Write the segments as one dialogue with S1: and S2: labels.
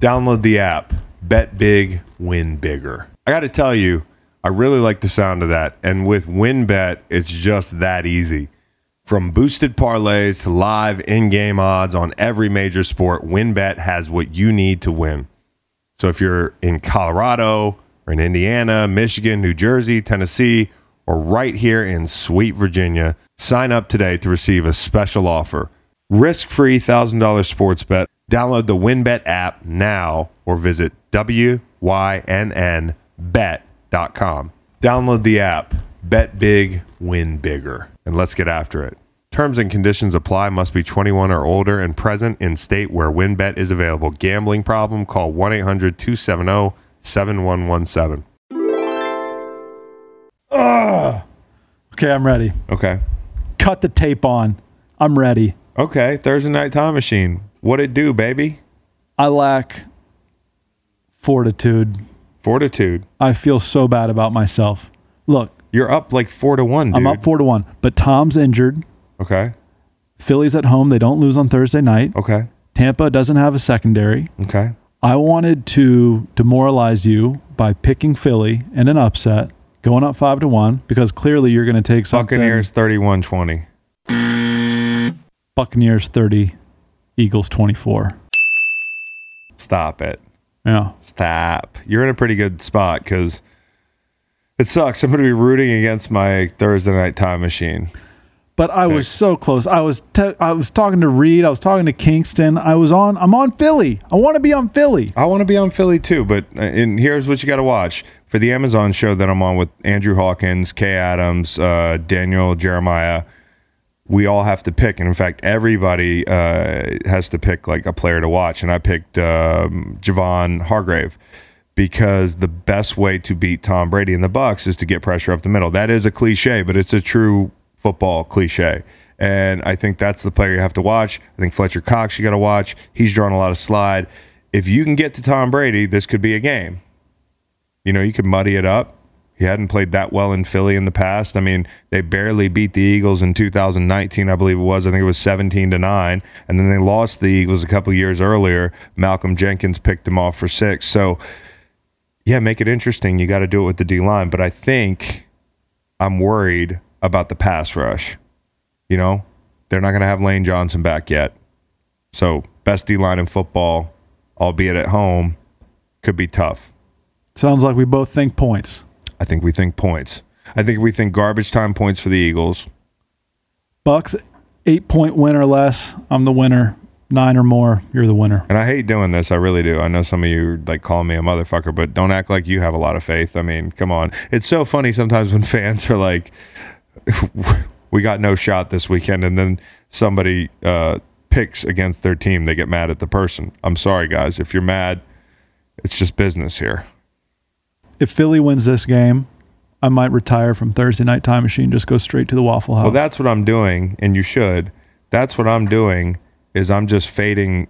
S1: Download the app. Bet big, win bigger. I got to tell you, I really like the sound of that. And with WinBet, it's just that easy. From boosted parlays to live in game odds on every major sport, WinBet has what you need to win. So if you're in Colorado or in Indiana, Michigan, New Jersey, Tennessee, or right here in sweet Virginia, sign up today to receive a special offer. Risk-free $1,000 sports bet. Download the WinBet app now or visit WYNNBet.com. Download the app. Bet big, win bigger. And let's get after it. Terms and conditions apply. Must be 21 or older and present in state where WinBet is available. Gambling problem? Call 1-800-270-7117.
S2: Okay, I'm ready.
S1: Okay.
S2: Cut the tape on. I'm ready.
S1: Okay, Thursday night time machine. What it do, baby?
S2: I lack fortitude.
S1: Fortitude.
S2: I feel so bad about myself. Look,
S1: You're up like 4 to 1, dude.
S2: I'm up four to one, but Tom's injured.
S1: Okay.
S2: Philly's at home. They don't lose on Thursday night.
S1: Okay.
S2: Tampa doesn't have a secondary.
S1: Okay.
S2: I wanted to demoralize you by picking Philly in an upset, going up five to one, because clearly you're going to take something.
S1: Buccaneers 31-20.
S2: Buccaneers 30, Eagles 24.
S1: Stop it.
S2: Yeah.
S1: Stop. You're in a pretty good spot because it sucks. I'm going to be rooting against my Thursday night time machine.
S2: But I was so close. I was te- I was talking to Reed. I was talking to Kingston. I was on. I'm on Philly. I want to be on Philly.
S1: I want to be on Philly too, but uh, and here's what you got to watch for the Amazon show that I'm on with Andrew Hawkins, Kay Adams, uh, Daniel Jeremiah. We all have to pick, and in fact, everybody uh, has to pick like a player to watch. And I picked um, Javon Hargrave because the best way to beat Tom Brady in the Bucks is to get pressure up the middle. That is a cliche, but it's a true football cliche. And I think that's the player you have to watch. I think Fletcher Cox you got to watch. He's drawn a lot of slide. If you can get to Tom Brady, this could be a game. You know, you could muddy it up. He hadn't played that well in Philly in the past. I mean, they barely beat the Eagles in 2019, I believe it was. I think it was 17 to 9. And then they lost the Eagles a couple years earlier. Malcolm Jenkins picked them off for six. So, yeah, make it interesting. You got to do it with the D line. But I think I'm worried about the pass rush. You know, they're not going to have Lane Johnson back yet. So, best D line in football, albeit at home, could be tough.
S2: Sounds like we both think points.
S1: I think we think points. I think we think garbage time points for the Eagles.
S2: Bucks, eight point win or less. I'm the winner. Nine or more, you're the winner.
S1: And I hate doing this. I really do. I know some of you like call me a motherfucker, but don't act like you have a lot of faith. I mean, come on. It's so funny sometimes when fans are like, "We got no shot this weekend," and then somebody uh, picks against their team. They get mad at the person. I'm sorry, guys. If you're mad, it's just business here.
S2: If Philly wins this game, I might retire from Thursday night time machine. Just go straight to the Waffle House.
S1: Well, that's what I'm doing, and you should. That's what I'm doing is I'm just fading.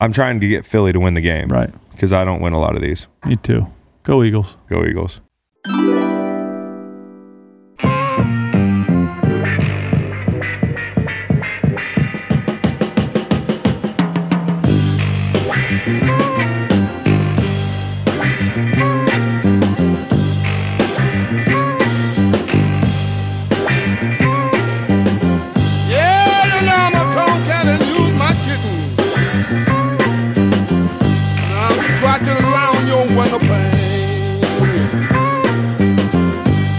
S1: I'm trying to get Philly to win the game,
S2: right.
S1: Because I don't win a lot of these.
S2: Me too. Go Eagles.
S1: Go Eagles.
S3: Yeah, you know I'm a tomcat and use my kitten. And I'm scratching around your window pane.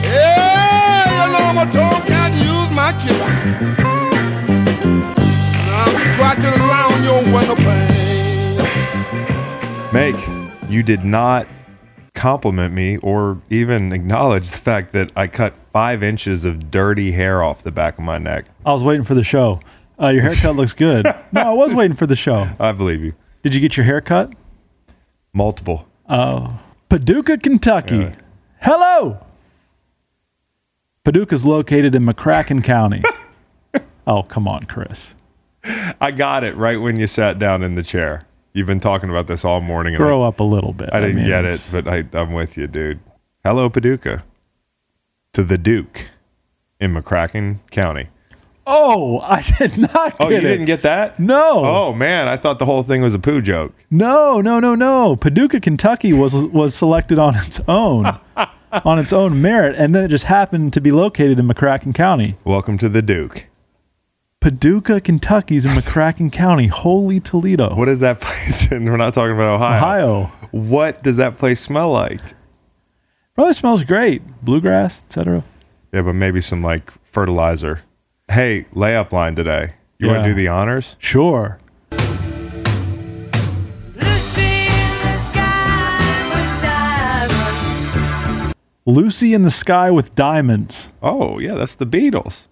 S3: Yeah, you know I'm a tomcat and use my kitten. And I'm scratching around your window pane.
S1: Make, you did not compliment me or even acknowledge the fact that I cut five inches of dirty hair off the back of my neck.
S2: I was waiting for the show. Uh, your haircut looks good. No, I was waiting for the show.
S1: I believe you.
S2: Did you get your haircut?
S1: Multiple.
S2: Paducah, Kentucky.
S1: Yeah.
S2: Hello. Paducah's located in McCracken County. oh, come on, Chris.
S1: I got it right when you sat down in the chair. You've been talking about this all morning. and I-
S2: Grow up a little bit.
S1: I didn't
S2: mean,
S1: get it,
S2: it's-
S1: but I, I'm with you, dude. Hello, Paducah. To the Duke in McCracken County.
S2: Oh, I did not.
S1: Oh,
S2: get
S1: you
S2: it.
S1: didn't get that?
S2: No.
S1: Oh man, I thought the whole thing was a poo joke.
S2: No, no, no, no. Paducah, Kentucky was was selected on its own, on its own merit, and then it just happened to be located in McCracken County.
S1: Welcome to the Duke.
S2: Paducah, Kentucky's in McCracken County. Holy Toledo,
S1: What is that place? And we're not talking about Ohio.
S2: Ohio.
S1: What does that place smell like?
S2: Probably smells great. Bluegrass, etc.
S1: Yeah, but maybe some like fertilizer. Hey, layup line today. You want
S2: Yeah.
S1: to do the honors?
S2: Sure.
S4: Lucy in the sky with diamonds.
S2: Lucy in the Sky with Diamonds.
S1: Oh yeah, that's the Beatles.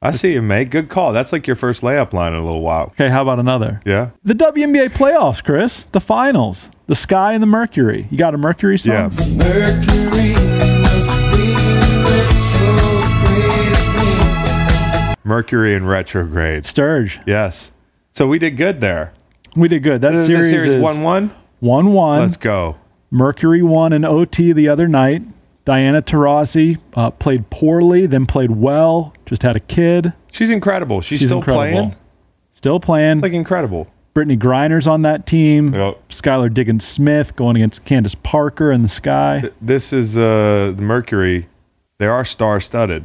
S1: I see you, mate. Good call. That's like your first layup line in a little while.
S2: Okay, how about another?
S1: Yeah.
S2: The WNBA playoffs, Chris. The finals. The Sky and the Mercury. You got a Mercury song?
S1: Yeah.
S5: Mercury must be retrograde.
S1: Mercury in retrograde.
S2: Sturge.
S1: Yes. So we did good there.
S2: We did good. That
S1: This
S2: series,
S1: is a series
S2: is
S1: one one.
S2: one one.
S1: Let's go.
S2: Mercury won in OT the other night. Diana Taurasi uh, played poorly, then played well. Just had a kid.
S1: She's incredible. She's,
S2: She's
S1: still
S2: incredible.
S1: playing.
S2: Still playing.
S1: It's like incredible.
S2: Brittany Griner's on that team.
S1: Yep.
S2: Skylar Diggins Smith going against Candace Parker in the sky.
S1: This is uh the Mercury. They are star studded.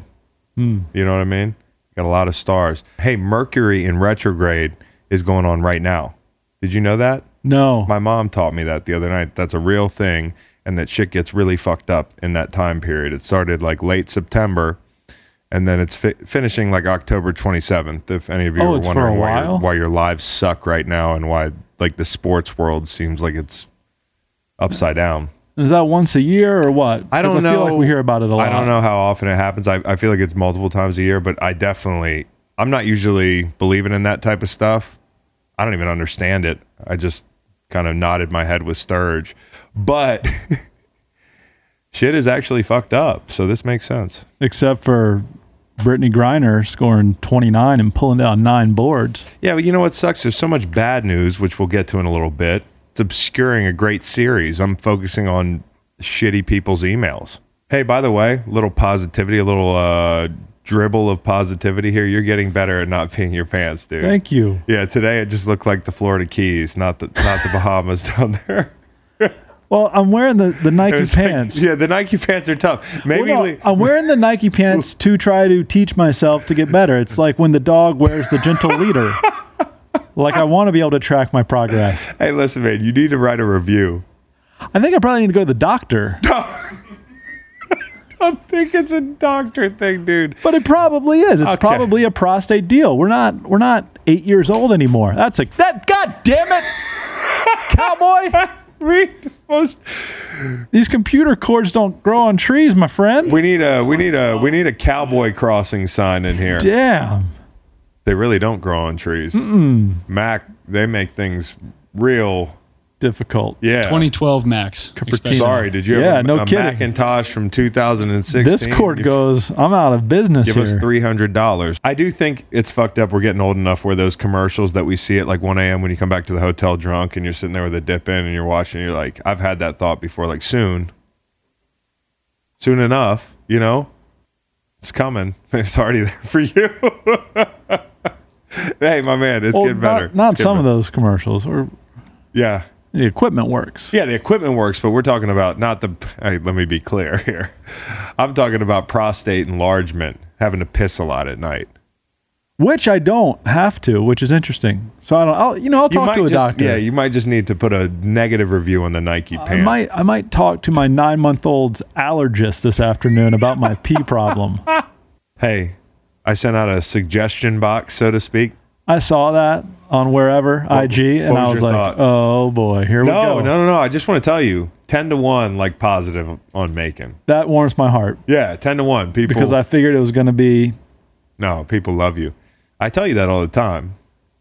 S2: Hmm.
S1: You know what I mean? Got a lot of stars. Hey, Mercury in retrograde is going on right now. Did you know that?
S2: No.
S1: My mom taught me that the other night. That's a real thing, and that shit gets really fucked up in that time period. It started like late September, and then it's fi- finishing like October 27th. If any of you
S2: Oh,
S1: are
S2: it's for a
S1: wondering why, your,
S2: while?
S1: why your lives suck right now and why like the sports world seems like it's upside down.
S2: Is that once a year or what?
S1: I
S2: 'Cause
S1: don't know.
S2: I feel like we hear about it a lot.
S1: I don't know how often it happens. I, I feel like it's multiple times a year, but I definitely, I'm not usually believing in that type of stuff. I don't even understand it. I just kind of nodded my head with Sturge. But shit is actually fucked up. So this makes sense.
S2: Except for Brittany Griner scoring 29 and pulling down nine boards.
S1: Yeah, but you know what sucks? There's so much bad news, which we'll get to in a little bit. It's obscuring a great series. I'm focusing on shitty people's emails. Hey, by the way, little positivity, a little uh, dribble of positivity here. You're getting better at not peeing your pants, dude.
S2: Thank you.
S1: yeah, today it just looked like the Florida Keys, not the not the Bahamas down there.
S2: Well, I'm wearing the, the
S1: It
S2: Nike
S1: was like-
S2: pants.
S1: yeah, the Nike pants are tough. Maybe
S2: Well, no,
S1: le-
S2: I'm wearing the Nike pants to try to teach myself to get better. It's like when the dog wears the gentle leader. Like I want to be able to track my progress.
S1: hey, listen, man, you need to write a review.
S2: I think I probably need to go to the doctor,
S1: I think it's a doctor thing, dude.
S2: but it probably is. It's
S1: Okay.
S2: probably a prostate deal. We're not we're not eight years old anymore. That's a that god damn it, cowboy.
S1: Read the most
S2: These computer cords don't grow on trees, my friend.
S1: We need a we need a we need a cowboy crossing sign in here.
S2: damn.
S1: They really don't grow on trees. Mac, they make things real.
S2: Difficult.
S1: Yeah.
S6: 2012 Max.
S2: Cupertino.
S1: Sorry, did you
S2: Yeah,
S1: have a,
S2: no
S1: a
S2: kidding.
S1: Macintosh from 2016?
S2: This cord goes. I'm out of business
S1: Give
S2: here.
S1: us three hundred dollars. I do think it's fucked up. We're getting old enough where those commercials that we see at like one a.m. when you come back to the hotel drunk and you're sitting there with a dip in and you're watching. You're like, I've had that thought before. Like soon, soon enough, you know, it's coming. It's already there for you. hey, my man, it's
S2: Well,
S1: getting better.
S2: Not, not
S1: It's getting
S2: some of
S1: better.
S2: those commercials. Or
S1: Yeah.
S2: the equipment works.
S1: Yeah, the equipment works, but we're talking about not the. Hey, let me be clear here. I'm talking about prostate enlargement, having to piss a lot at night.
S2: which I don't have to, which is interesting. So I don't. I'll, you know, I'll talk to a
S1: just,
S2: doctor. Uh,
S1: Yeah, you might just need to put a negative review on the Nike
S2: I
S1: pants.
S2: might. I might talk to my nine-month-old's allergist this afternoon about my pee problem.
S1: Hey, I sent out a suggestion box, so to speak.
S2: I saw that on wherever IG, and
S1: what
S2: I
S1: was
S2: was
S1: your thought?
S2: like, "Oh boy, here we
S1: No,
S2: go."
S1: no, no, no. I just want to tell you, ten to one, like positive on making.
S2: That warms my heart
S1: Yeah, ten to one. People,
S2: because I figured it was going to be.
S1: no, people love you. I tell you that all the time.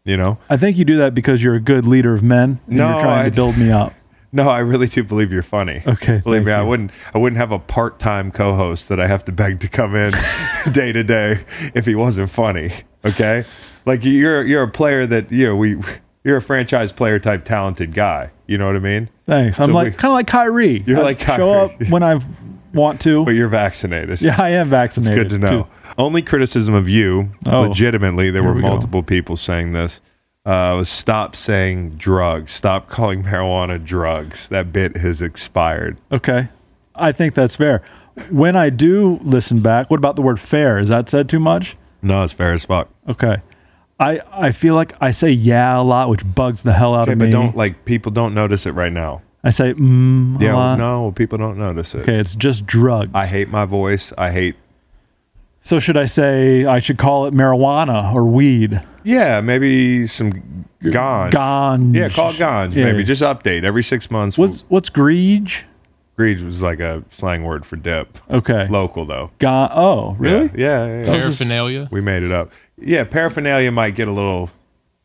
S1: You know,
S2: I think you do that because you're a good leader of men. And
S1: No,
S2: you're trying
S1: I-
S2: to build me up.
S1: no, I really do believe you're funny.
S2: Okay,
S1: believe
S2: thank
S1: me, I
S2: you.
S1: wouldn't. I wouldn't have a part-time co-host that I have to beg to come in day to day if he wasn't funny. Okay, like you're you're a player that you know we you're a franchise player type talented guy. You know what I mean?
S2: Thanks. I'm
S1: So
S2: like
S1: we-
S2: kind of like Kyrie.
S1: You're
S2: I
S1: like
S2: Show
S1: Kyrie.
S2: up when I want to.
S1: but you're vaccinated.
S2: yeah, I am
S1: Good
S2: vaccinated.
S1: to know.
S2: too.
S1: Only criticism of you,
S2: Oh.
S1: legitimately, there were
S2: we go.
S1: multiple people saying this. Uh, was stop saying drugs. Stop calling marijuana drugs. That bit has expired.
S2: Okay. I think that's fair. When I do listen back, what about the word fair? Is that said too much?
S1: No, it's fair as fuck.
S2: Okay. I, I feel like I say yeah a lot, which bugs the hell out
S1: Okay,
S2: of
S1: but
S2: me.
S1: don't like people don't notice it right now.
S2: I say mm
S1: Yeah,
S2: a lot.
S1: no, people don't notice it.
S2: Okay, it's just drugs.
S1: I hate my voice. I hate.
S2: so should I say I should call it marijuana or weed?
S1: Yeah, maybe some gone.
S2: Ganj.
S1: Yeah, call ganj.
S2: Yeah.
S1: Maybe just update every six months.
S2: What's what's greege?
S1: Greege was like a slang word for dip.
S2: Okay.
S1: Local though.
S2: Ga- oh, really?
S1: Yeah. yeah, yeah, yeah.
S6: Paraphernalia.
S1: We made it up. Yeah, paraphernalia might get a little,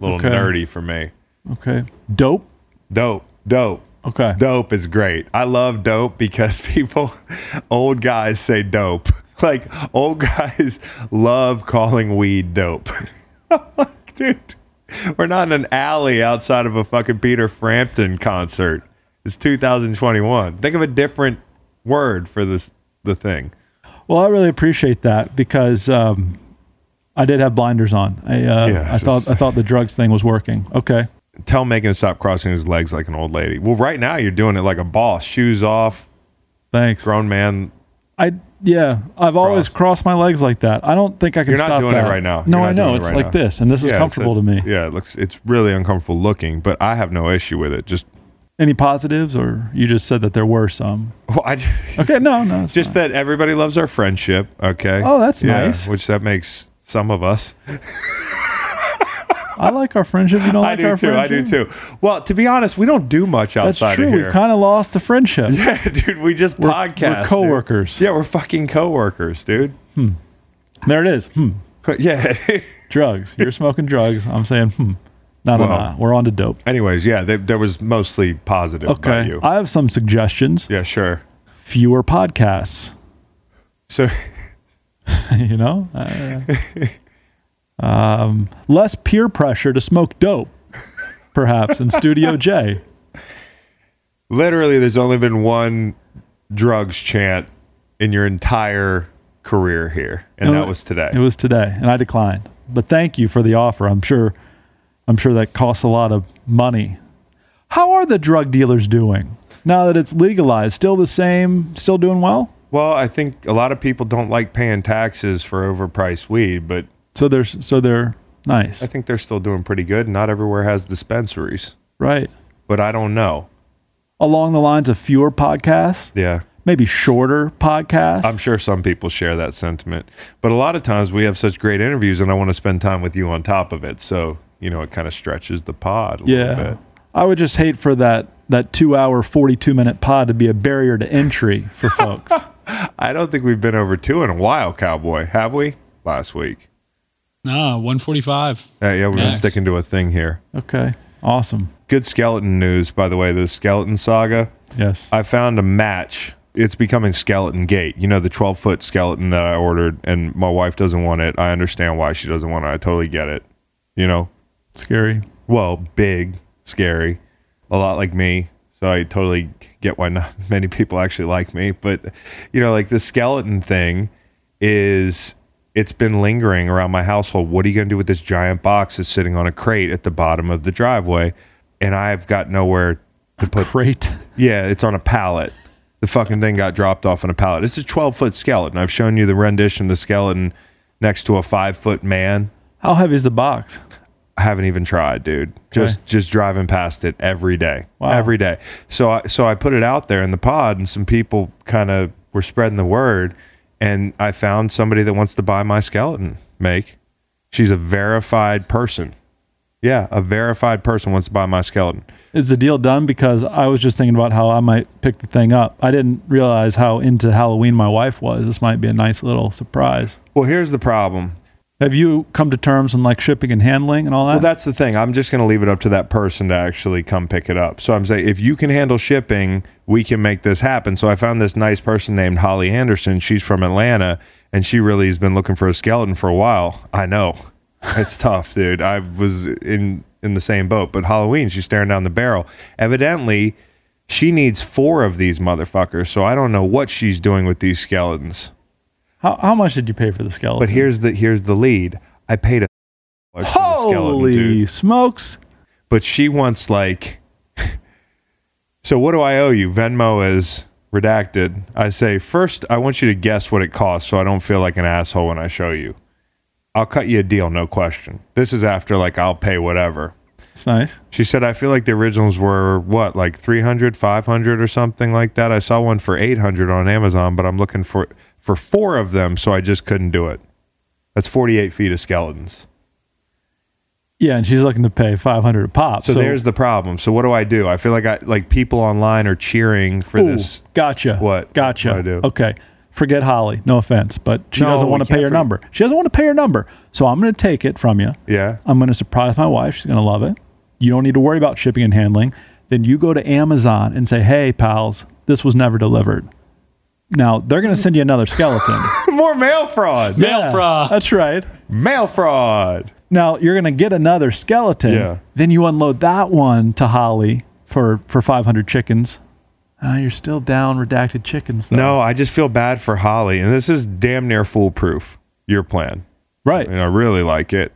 S1: little
S2: Okay.
S1: nerdy for me.
S2: Okay. Dope.
S1: Dope, dope,
S2: Okay.
S1: dope is great. I love dope because people, old guys say dope. Like old guys love calling weed dope. I'm like, dude, we're not in an alley outside of a fucking Peter Frampton concert. It's 2021. Think of a different word for this the thing.
S2: Well, I really appreciate that because um, I did have blinders on. I uh,
S1: Yeah,
S2: I
S1: it's
S2: thought
S1: just-
S2: I thought the drugs thing was working. Okay.
S1: tell Megan to stop crossing his legs like an old lady. Well, right now you're doing it like a boss, shoes off,
S2: Thanks.
S1: grown man.
S2: I yeah, I've always crossed my legs like that. I don't think I can
S1: You're not
S2: stop
S1: doing it
S2: that.
S1: right now.
S2: No,
S1: You're not
S2: I know.
S1: doing it
S2: It's
S1: right
S2: like
S1: now.
S2: this and this is
S1: it's
S2: comfortable
S1: a-
S2: to me.
S1: Yeah, it looks it's really uncomfortable looking, but I have no issue with it. Just
S2: Any positives or you just said that there were some.
S1: well, I just,
S2: Okay, no, no. it's
S1: just
S2: fine.
S1: that everybody loves our friendship. Okay.
S2: Oh, that's nice.
S1: Which that makes some of us.
S2: I like our friendship. You don't
S1: I
S2: like
S1: do
S2: our
S1: too.
S2: friendship.
S1: I do too. Well, to be honest, we don't do much
S2: That's
S1: outside
S2: true.
S1: of here.
S2: We've kind of lost the friendship.
S1: yeah, dude, we just
S2: We're- we're
S1: podcast. dude.
S2: coworkers.
S1: Yeah, we're fucking coworkers, dude.
S2: There it is. Hmm.
S1: yeah.
S2: Drugs. You're smoking drugs. I'm saying hmm. No, no,
S1: Well-
S2: no. We're on to dope.
S1: Anyways, yeah, they, there was mostly positive about
S2: Okay.
S1: you.
S2: I have some suggestions.
S1: yeah, sure.
S2: Fewer podcasts.
S1: So
S2: you know Uh, um, less peer pressure to smoke dope perhaps in studio j
S1: literally there's only been one drugs chant in your entire career here and that was today
S2: it was today and i declined but thank you for the offer i'm sure i'm sure that costs a lot of money how are the drug dealers doing now that it's legalized still the same still doing well
S1: well i think a lot of people don't like paying taxes for overpriced weed but
S2: so there's so they're nice
S1: i think they're still doing pretty good not everywhere has dispensaries
S2: right
S1: but i don't know
S2: along the lines of fewer podcasts
S1: yeah
S2: maybe shorter podcasts
S1: i'm sure some people share that sentiment but a lot of times we have such great interviews and i want to spend time with you on top of it so you know it kind of stretches the pod a little
S2: Yeah.
S1: bit
S2: I would just hate for that that two hour, 42 minute pod to be a barrier to entry for folks.
S1: i don't think we've been over two in a while cowboy have we last week
S6: No, 145.
S1: Uh, yeah, we've been
S6: Nice.
S1: sticking to a thing here.
S2: okay. Awesome.
S1: Good skeleton news, by the way. The skeleton saga.
S2: Yes.
S1: I found a match. It's becoming Skeleton Gate. You know the twelve foot skeleton that I ordered, and my wife doesn't want it. I understand why she doesn't want it. I totally get it. You know,
S2: Scary.
S1: well, big, scary, a lot like me. So I totally get why not many people actually like me. But you know, like the skeleton thing is it's been lingering around my household. What are you gonna do with this giant box that's sitting on a crate at the bottom of the driveway? And I've got nowhere to put
S2: Great.
S1: yeah, it's on a pallet. The fucking thing got dropped off on a pallet. It's a twelve foot skeleton. I've shown you the rendition of the skeleton next to a five foot man.
S2: How heavy is the box?
S1: I haven't even tried, dude. Just just driving past it every day,
S2: Wow.
S1: every day. So I so I put it out there in the pod, and some people kind of were spreading the word, and I found somebody that wants to buy my skeleton. Make, she's a verified person. Yeah, a verified person wants to buy my skeleton.
S2: Is the deal done? Because I was just thinking about how I might pick the thing up. I didn't realize how into Halloween my wife was. This might be a nice little surprise.
S1: Well, here's the problem.
S2: Have you come to terms on like shipping and handling and all that?
S1: Well, that's the thing. I'm just going to leave it up to that person to actually come pick it up. So I'm saying, if you can handle shipping, we can make this happen. So I found this nice person named Holly Anderson. She's from Atlanta, and she really has been looking for a skeleton for a while. I know it's tough, dude. I was in in the same boat, but Halloween, she's staring down the barrel. Evidently, She needs four of these motherfuckers, so I don't know what she's doing with these skeletons.
S2: How, how much did you pay for the skeleton?
S1: But here's the here's the lead. I paid a for the skeleton,
S2: holy
S1: dude.
S2: smokes!
S1: but she wants like so what do i owe you venmo is redacted i say first i want you to guess what it costs so i don't feel like an asshole when i show you i'll cut you a deal no question this is after like i'll pay whatever
S2: It's nice.
S1: she said i feel like the originals were what like 300 500 or something like that i saw one for 800 on amazon but i'm looking for for four of them so i just couldn't do it that's 48 feet of skeletons
S2: Yeah, and she's looking to pay five hundred a pop.
S1: So, there's the problem. So what do I do? I feel like I like people online are cheering for
S2: Ooh,
S1: this.
S2: gotcha.
S1: What?
S2: Gotcha.
S1: What I do?
S2: Okay. Forget Holly. No offense, but she
S1: No,
S2: doesn't want
S1: we
S2: to pay
S1: can't
S2: your
S1: forget-
S2: number. She doesn't want to pay your number. So I'm going to take it from you.
S1: Yeah.
S2: I'm going to surprise my wife. She's going to love it. You don't need to worry about shipping and handling. Then you go to Amazon and say, "Hey, pals, this was never delivered." Now they're going to send you another skeleton.
S1: More mail fraud.
S6: Mail fraud.
S2: That's right.
S1: Mail fraud.
S2: Now you're going to get another skeleton.
S1: Yeah.
S2: Then you unload that one to Holly for for 500 chickens. Ah, you're still down redacted chickens. Though.
S1: No, I just feel bad for Holly, and this is damn near foolproof. Your plan,
S2: Right.
S1: and I really like it,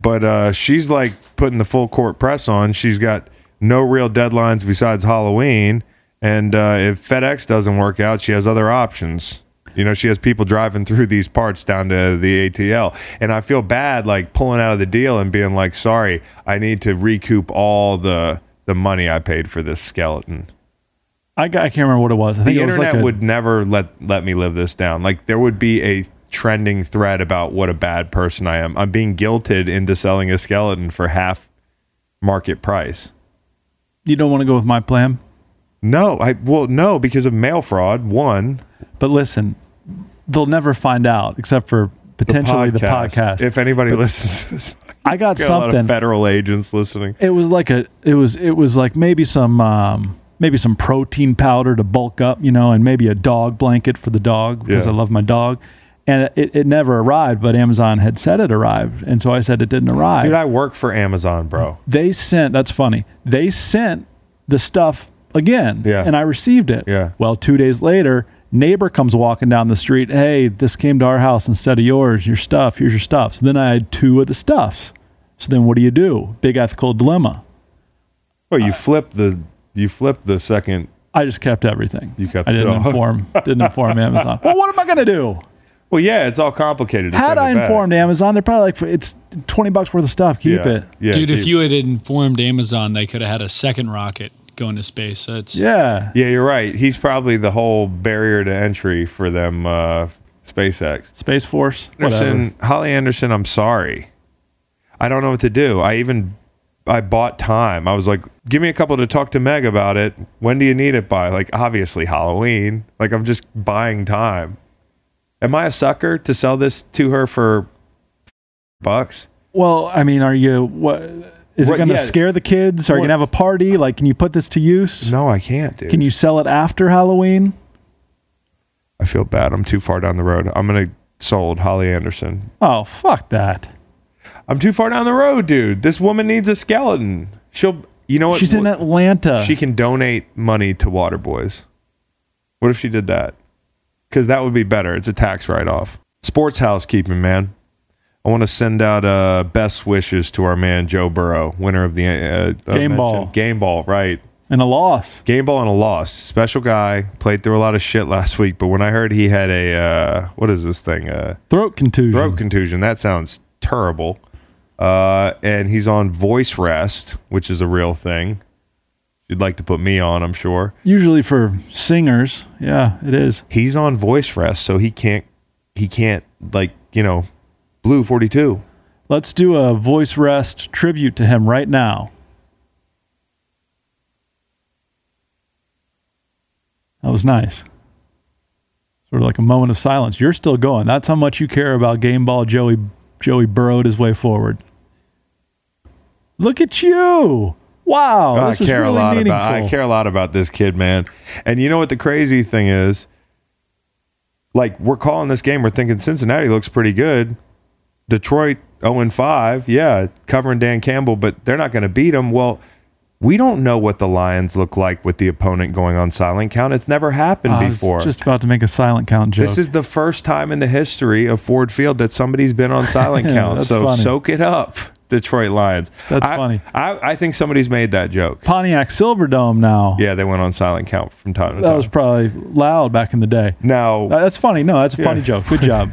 S1: but uh, she's like putting the full court press on. She's got no real deadlines besides Halloween, and uh, if FedEx doesn't work out, she has other options. You know, she has people driving through these parts down to the ATL. And I feel bad like pulling out of the deal and being like, sorry, I need to recoup all the the money I paid for this skeleton.
S2: I, got- I can't remember what it was. I think
S1: the
S2: it was
S1: internet
S2: like a,
S1: would never let let me live this down. Like there would be a trending thread about what a bad person I am. I'm being guilted into selling a skeleton for half market price.
S2: You don't want to go with my plan,
S1: No, I well no because of mail fraud. One
S2: but listen, they'll never find out except for potentially the podcast.
S1: If anybody listens to this,
S2: I got
S1: got a lot of
S2: something.
S1: federal agents listening.
S2: It was like a. It was. It was like maybe some. Um, maybe some protein powder to bulk up, you know, and maybe a dog blanket for the dog because
S1: Yeah.
S2: I love my dog. And it, it never arrived, but Amazon had said it arrived, and so I said it didn't arrive.
S1: Dude, I work for Amazon, bro.
S2: they sent. That's funny. They sent the stuff again,
S1: Yeah.
S2: and I received it.
S1: Yeah.
S2: Well, two days later, neighbor comes walking down the street. Hey, this came to our house instead of yours. Your stuff. Here's your stuff. So then I had two of the stuffs. So then what do you do? Big ethical dilemma.
S1: Well, you flip the you flip the second.
S2: I just kept everything.
S1: You kept
S2: I didn't
S1: it all.
S2: inform. Didn't inform Amazon. Well, what am I gonna do?
S1: Well, yeah, it's all complicated. to send
S2: Had
S1: it
S2: I
S1: back.
S2: informed Amazon, they're probably like, "It's twenty bucks worth of stuff. Keep
S1: yeah.
S2: it."
S1: yeah,
S6: Dude, if
S1: keep-
S6: you had informed Amazon, they could have had a second rocket going to space. That's
S2: Yeah.
S1: Yeah, you're right. He's probably the whole barrier to entry for them, uh, SpaceX.
S2: Space Force. Whatever.
S1: Anderson, Holly Anderson, I'm sorry. I don't know what to do. I even I bought time. I was like, give me a couple to talk to Meg about it. When do you need it by? Like obviously Halloween. Like I'm just buying time. Am I a sucker to sell this to her for bucks?
S2: Well, I mean, are you what? Is
S1: Right,
S2: it going to
S1: yeah.
S2: scare the kids? Are you
S1: What-
S2: going to have a party? Like, can you put this to use?
S1: No, I can't, dude.
S2: Can you sell it after Halloween?
S1: I feel bad. I'm too far down the road. I'm gonna sold Holly Anderson.
S2: Oh, fuck that.
S1: I'm too far down the road, dude. This woman needs a skeleton. She'll, you know what?
S2: She's in Atlanta.
S1: She can donate money to Waterboys. What if she did that? Because that would be better. It's a tax write off. Sports housekeeping, man. I want to send out uh, best wishes to our man Joe Burrow, winner of the uh, uh,
S2: Game ball.
S1: mentioned- Game ball, right?
S2: and a loss.
S1: Game ball and a loss. Special guy. Played through a lot of shit last week, but when I heard he had a uh, what is this thing? Uh,
S2: Throat contusion.
S1: throat contusion. That sounds terrible. Uh, and he's on voice rest, which is a real thing. You'd like to put me on, I'm sure.
S2: Usually for singers. Yeah, it is.
S1: He's on voice rest, so he can't. He can't like you know, blue 42.
S2: Let's do a voice rest tribute to him right now. That was nice. Sort of like a moment of silence. You're still going. That's how much you care about game ball. Joey Joey burrowed his way forward. Look at you!
S1: Oh,
S2: Wow,
S1: I
S2: Oh, this is
S1: care
S2: really
S1: a lot
S2: meaningful.
S1: about. I care a lot about this kid, man. And you know what the crazy thing is? Like we're calling this game, we're thinking Cincinnati looks pretty good. oh Detroit 0 and 5, yeah, covering Dan Campbell, but they're not going to beat him. Well, We don't know what the Lions look like with the opponent going on silent count. It's never happened
S2: I was
S1: before.
S2: Ah, just about to make a silent count joke.
S1: This is the first time in the history of Ford Field that somebody's been on silent
S2: Yeah,
S1: count.
S2: that's
S1: So
S2: funny.
S1: soak it up, Detroit Lions.
S2: That's
S1: I-
S2: funny.
S1: I, I think somebody's made that joke.
S2: Pontiac Silverdome now.
S1: Yeah, they went on silent count from time to
S2: That
S1: time.
S2: was probably loud back in the day.
S1: now,
S2: Uh, That's funny. No, that's a funny
S1: Yeah.
S2: joke. Good job.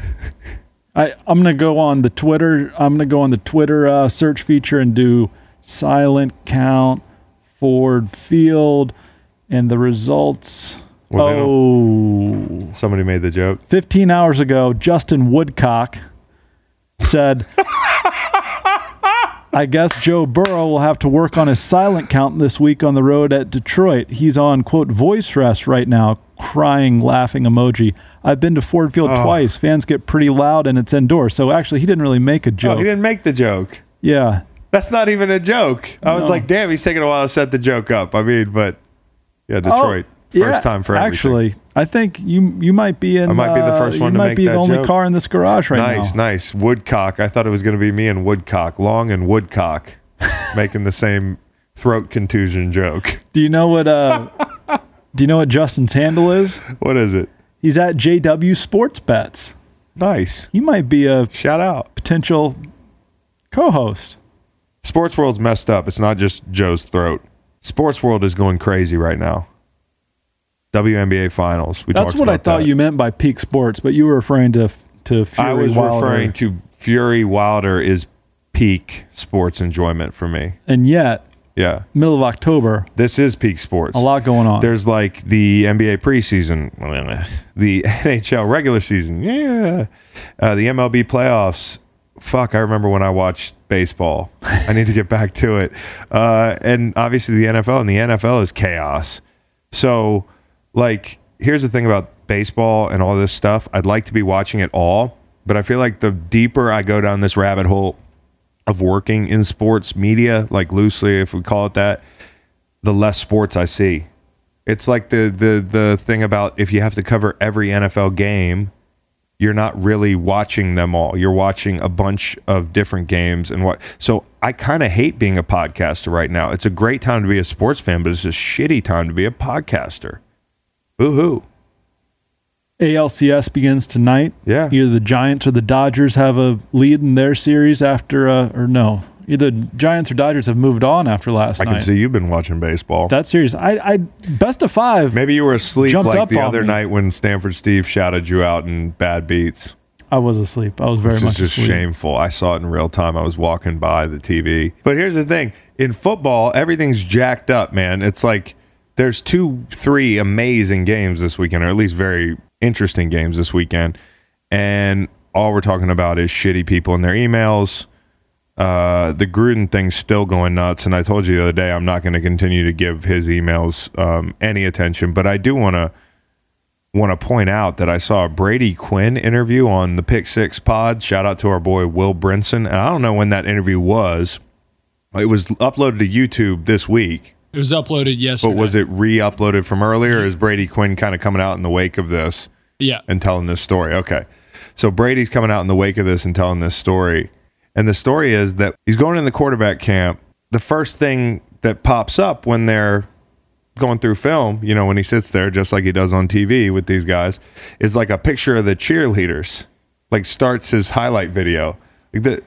S2: I I'm gonna go on the Twitter. I'm gonna go on the Twitter uh, search feature and do silent count Ford Field, and the results.
S1: Well, they
S2: oh,
S1: somebody made the joke.
S2: 15 hours ago, Justin Woodcock said, I guess Joe Burrow will have to work on his silent count this week on the road at Detroit. He's on, quote, voice rest right now, crying, laughing emoji. I've been to Ford Field twice. Fans get pretty loud and it's indoors. So actually, he didn't really make a
S1: Oh,
S2: joke.
S1: he didn't make the joke.
S2: yeah.
S1: That's not even a joke. I was like, damn, he's taking a while to set the joke up. I mean, but yeah, Detroit.
S2: Oh, yeah,
S1: first time for everything.
S2: Actually, I think you you might be in.
S1: I might be the
S2: uh,
S1: first one to
S2: you might
S1: make
S2: be
S1: that
S2: the only
S1: joke.
S2: car in this garage right now.
S1: nice, nice. Woodcock. I thought it was going to be me and Woodcock, Long and Woodcock, making the same throat contusion joke.
S2: Do you know what? Uh, do you know what Justin's handle is?
S1: What is it?
S2: He's at JW Sports Bets.
S1: Nice.
S2: He might be a
S1: Shout out.
S2: potential co-host.
S1: Sports World's messed up. It's not just Joe's throat. Sports World is going crazy right now. WNBA Finals. We
S2: That's
S1: talked
S2: what I
S1: about
S2: thought
S1: that.
S2: you meant by peak sports, but you were referring to to Fury
S1: I was
S2: Wilder.
S1: referring to Fury Wilder is peak sports enjoyment for me.
S2: and yet
S1: Yeah.
S2: middle of October,
S1: This is peak sports.
S2: a lot going on.
S1: There's like the NBA preseason, the NHL regular season, yeah, uh, the MLB playoffs. Fuck, I remember when I watched baseball. I need to get back to it. Uh, and obviously the NFL, and the NFL is chaos. So, like, here's the thing about baseball and all this stuff. I'd like to be watching it all, but I feel like the deeper I go down this rabbit hole of working in sports media, like loosely, if we call it that, the less sports I see. It's like the the the thing about if you have to cover every NFL game, you're not really watching them all. You're watching a bunch of different games and what. So I kind of hate being a podcaster right now. It's a great time to be a sports fan, but it's a shitty time to be a podcaster. Boo hoo.
S2: ALCS begins tonight.
S1: Yeah.
S2: Either the Giants or the Dodgers have a lead in their series after, uh, or no, either Giants or Dodgers have moved on after last
S1: I
S2: night.
S1: can see you've been watching baseball.
S2: That series, I, I best of five.
S1: Maybe you were asleep
S2: Jumped
S1: like
S2: up
S1: the
S2: on
S1: other
S2: me.
S1: night when Stanford Steve shouted you out in bad beats.
S2: I was asleep. I was very
S1: This
S2: much
S1: is just
S2: asleep.
S1: shameful. I saw it in real time. I was walking by the TV. But here's the thing in football, everything's jacked up, man. It's like there's two, three amazing games this weekend, or at least very interesting games this weekend. And all we're talking about is shitty people and their emails. Uh, the Gruden thing's still going nuts. And I told you the other day, I'm not going to continue to give his emails um, any attention, but I do want to want to point out that I saw a Brady Quinn interview on the Pick Six Pod. Shout out to our boy Will Brinson. And I don't know when that interview was. It was uploaded to YouTube this week,
S6: It was uploaded yesterday.
S1: but was it re-uploaded from earlier? Or is Brady Quinn kind of coming out in the wake of this?
S6: Yeah.
S1: and telling this story. Okay. So Brady's coming out in the wake of this and telling this story. And the story is that he's going in the quarterback camp. The first thing that pops up when they're going through film, you know, when he sits there, just like he does on TV with these guys, is like a picture of the cheerleaders. Like starts his highlight video. Like the,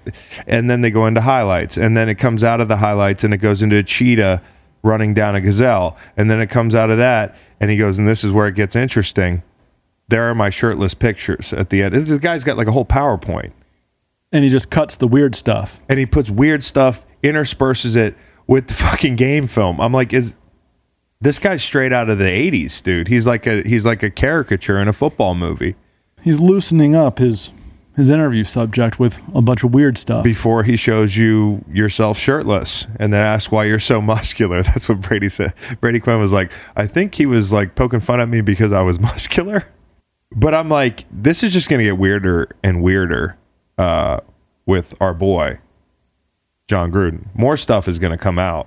S1: and then they go into highlights. And then it comes out of the highlights and it goes into a cheetah running down a gazelle. And then it comes out of that and he goes, and this is where it gets interesting there are my shirtless pictures at the end. This guy's got like a whole PowerPoint
S2: And he just cuts the weird stuff.
S1: and he puts weird stuff, intersperses it with the fucking game film. I'm like, is this guy's straight out of the 80s, dude? He's like a he's like a caricature in a football movie
S2: He's loosening up his his interview subject with a bunch of weird stuff.
S1: before he shows you yourself shirtless and then asks why you're so muscular. That's what Brady said. Brady Quinn was like, I think he was like poking fun at me because I was muscular. But I'm like, this is just going to get weirder and weirder uh, with our boy, John Gruden. More stuff is going to come out.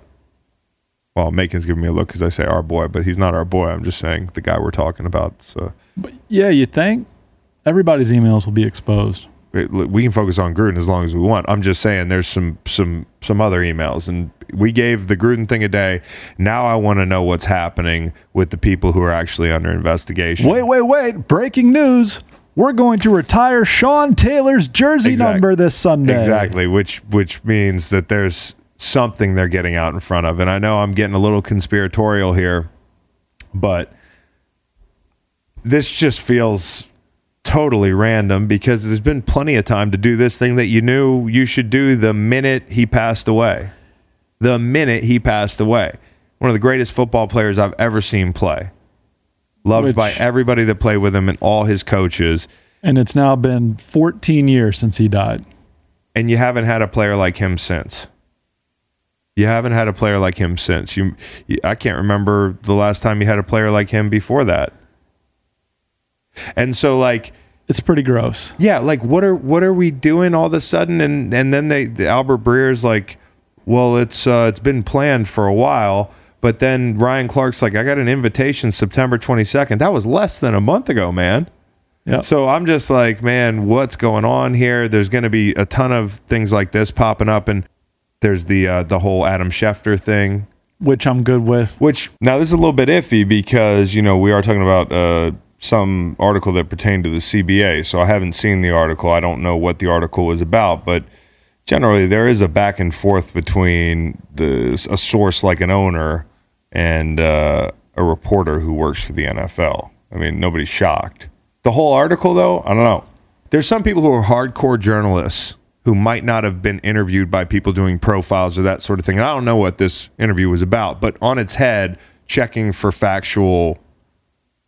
S1: Well, Macon's giving me a look because I say our boy, but he's not our boy. I'm just saying the guy we're talking about. So
S2: yeah, you think everybody's emails will be exposed.
S1: it- we can focus on Gruden as long as we want. I'm just saying there's some some some other emails and we gave the Gruden thing a day. Now I want to know what's happening with the people who are actually under investigation.
S2: Wait, wait, wait. Breaking news. We're going to retire Sean Taylor's jersey
S1: Exact-
S2: number this Sunday.
S1: Exactly, which which means that there's something they're getting out in front of. And I know I'm getting a little conspiratorial here, but this just feels totally random because there's been plenty of time to do this thing that you knew you should do the minute he passed away. The minute he passed away. One of the greatest football players I've ever seen play. Loved
S2: Which-
S1: by everybody that played with him and all his coaches.
S2: And it's now been 14 years since he died.
S1: and you haven't had a player like him since. You haven't had a player like him since. You, you- I can't remember the last time you had a player like him before that. And so, like,
S2: It's pretty gross.
S1: yeah, like what are what are we doing all of a sudden? And and then they the Albert Breer's like, well, it's uh, it's been planned for a while. But then Ryan Clark's like, I got an invitation September 22nd. That was less than a month ago, man.
S2: Yeah.
S1: So I'm just like, man, what's going on here? There's going to be a ton of things like this popping up, and there's the uh, the whole Adam Schefter thing,
S2: Which I'm good with.
S1: which now this is a little bit iffy because you know we are talking about uh, some article that pertained to the CBA. So I haven't seen the article. I don't know what the article was about, but generally there is a back and forth between the a source like an owner and uh, a reporter who works for the NFL. I mean, nobody's shocked. The whole article, though, I don't know. There's some people who are hardcore journalists who might not have been interviewed by people doing profiles or that sort of thing. And I don't know what this interview was about, but on its head, checking for factual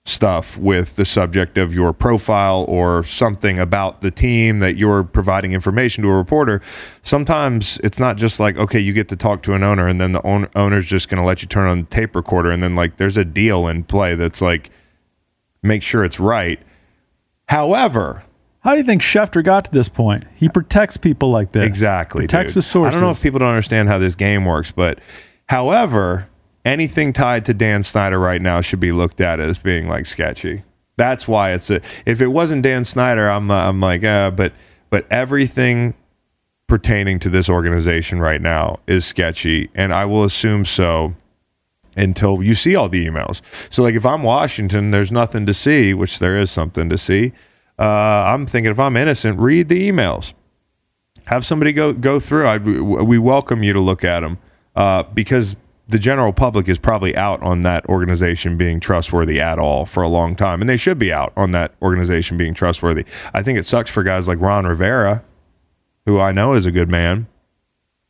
S1: stuff with the subject of your profile or something about the team that you're providing information to a reporter. Sometimes it's not just like, okay, you get to talk to an owner and then the own- owner's just going to let you turn on the tape recorder. And then, like, there's a deal in play that's like, make sure it's right. However,
S2: How do you think Schefter got to this point? He protects people like this.
S1: Exactly.
S2: Protects
S1: dude.
S2: his sources.
S1: I don't know if people don't understand how this game works, but however, anything tied to Dan Snyder right now should be looked at as being like sketchy. That's why it's a. If it wasn't Dan Snyder, I'm uh, I'm like, uh, but but everything pertaining to this organization right now is sketchy, and I will assume so until you see all the emails. So like if I'm Washington, there's nothing to see, which there is something to see. Uh, I'm thinking if I'm innocent, read the emails have somebody go go through. I we welcome you to look at them uh, because the general public is probably out on that organization being trustworthy at all for a long time, and they should be out on that organization being trustworthy. I think it sucks for guys like Ron Rivera, who I know is a good man,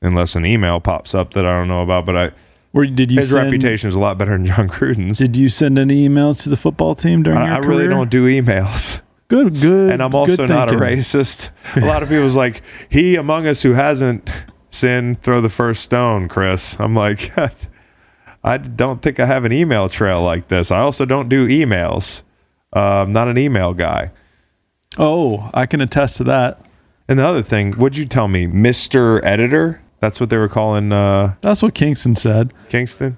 S1: unless an email pops up that I don't know about. But I
S2: Where did you
S1: his
S2: send,
S1: reputation is a lot better than John Gruden's.
S2: Did you send any emails to the football team during
S1: I,
S2: your
S1: I really
S2: career?
S1: don't do emails.
S2: Good, good.
S1: and I'm also
S2: good
S1: not a
S2: thinking.
S1: racist. A lot of people's like, he among us who hasn't sinned, throw the first stone, Chris. I'm like, I don't think I have an email trail like this. I also don't do emails. Uh, I'm not an email guy.
S2: Oh, I can attest to that.
S1: And the other thing, would you tell me, Mister Editor? That's what they were calling uh,
S2: That's what Kingston said.
S1: Kingston.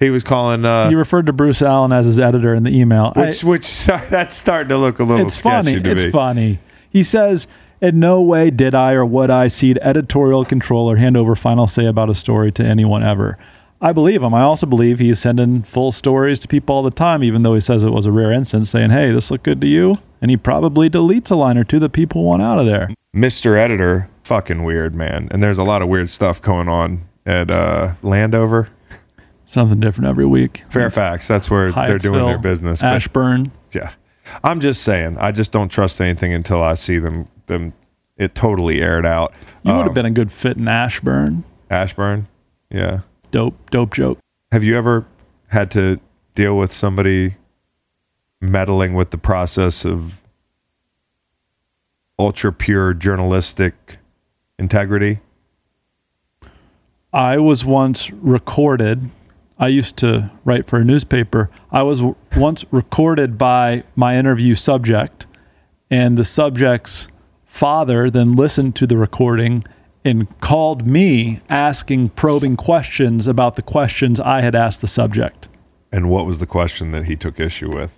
S1: He was calling. Uh,
S2: He referred to Bruce Allen as his editor in the email. I-
S1: which, which sorry, that's starting to look a little
S2: it's
S1: sketchy
S2: funny.
S1: to
S2: It's
S1: me.
S2: funny. He says, "In no way did I or would I cede editorial control or hand over final say about a story to anyone ever." I believe him. I also believe he is sending full stories to people all the time, even though he says it was a rare instance, saying, "Hey, this looked good to you," and he probably deletes a line or two that people want out of there.
S1: Mr. Editor, fucking weird, man. And there's a lot of weird stuff going on at uh, Landover,
S2: Something different every week.
S1: Fairfax. That's where they're doing their
S2: Hyattsville,
S1: business. But,
S2: Ashburn.
S1: yeah, I'm just saying. I just don't trust anything until I see them. Them, it totally aired out.
S2: You would
S1: Um,
S2: have been a good fit in Ashburn.
S1: Ashburn. Yeah.
S2: Dope, dope joke.
S1: Have you ever had to deal with somebody meddling with the process of ultra pure journalistic integrity?
S2: I was once recorded. I used to write for a newspaper. I was w- once recorded by my interview subject, and the subject's father then listened to the recording and called me asking probing questions about the questions I had asked the subject.
S1: And what was the question that he took issue with?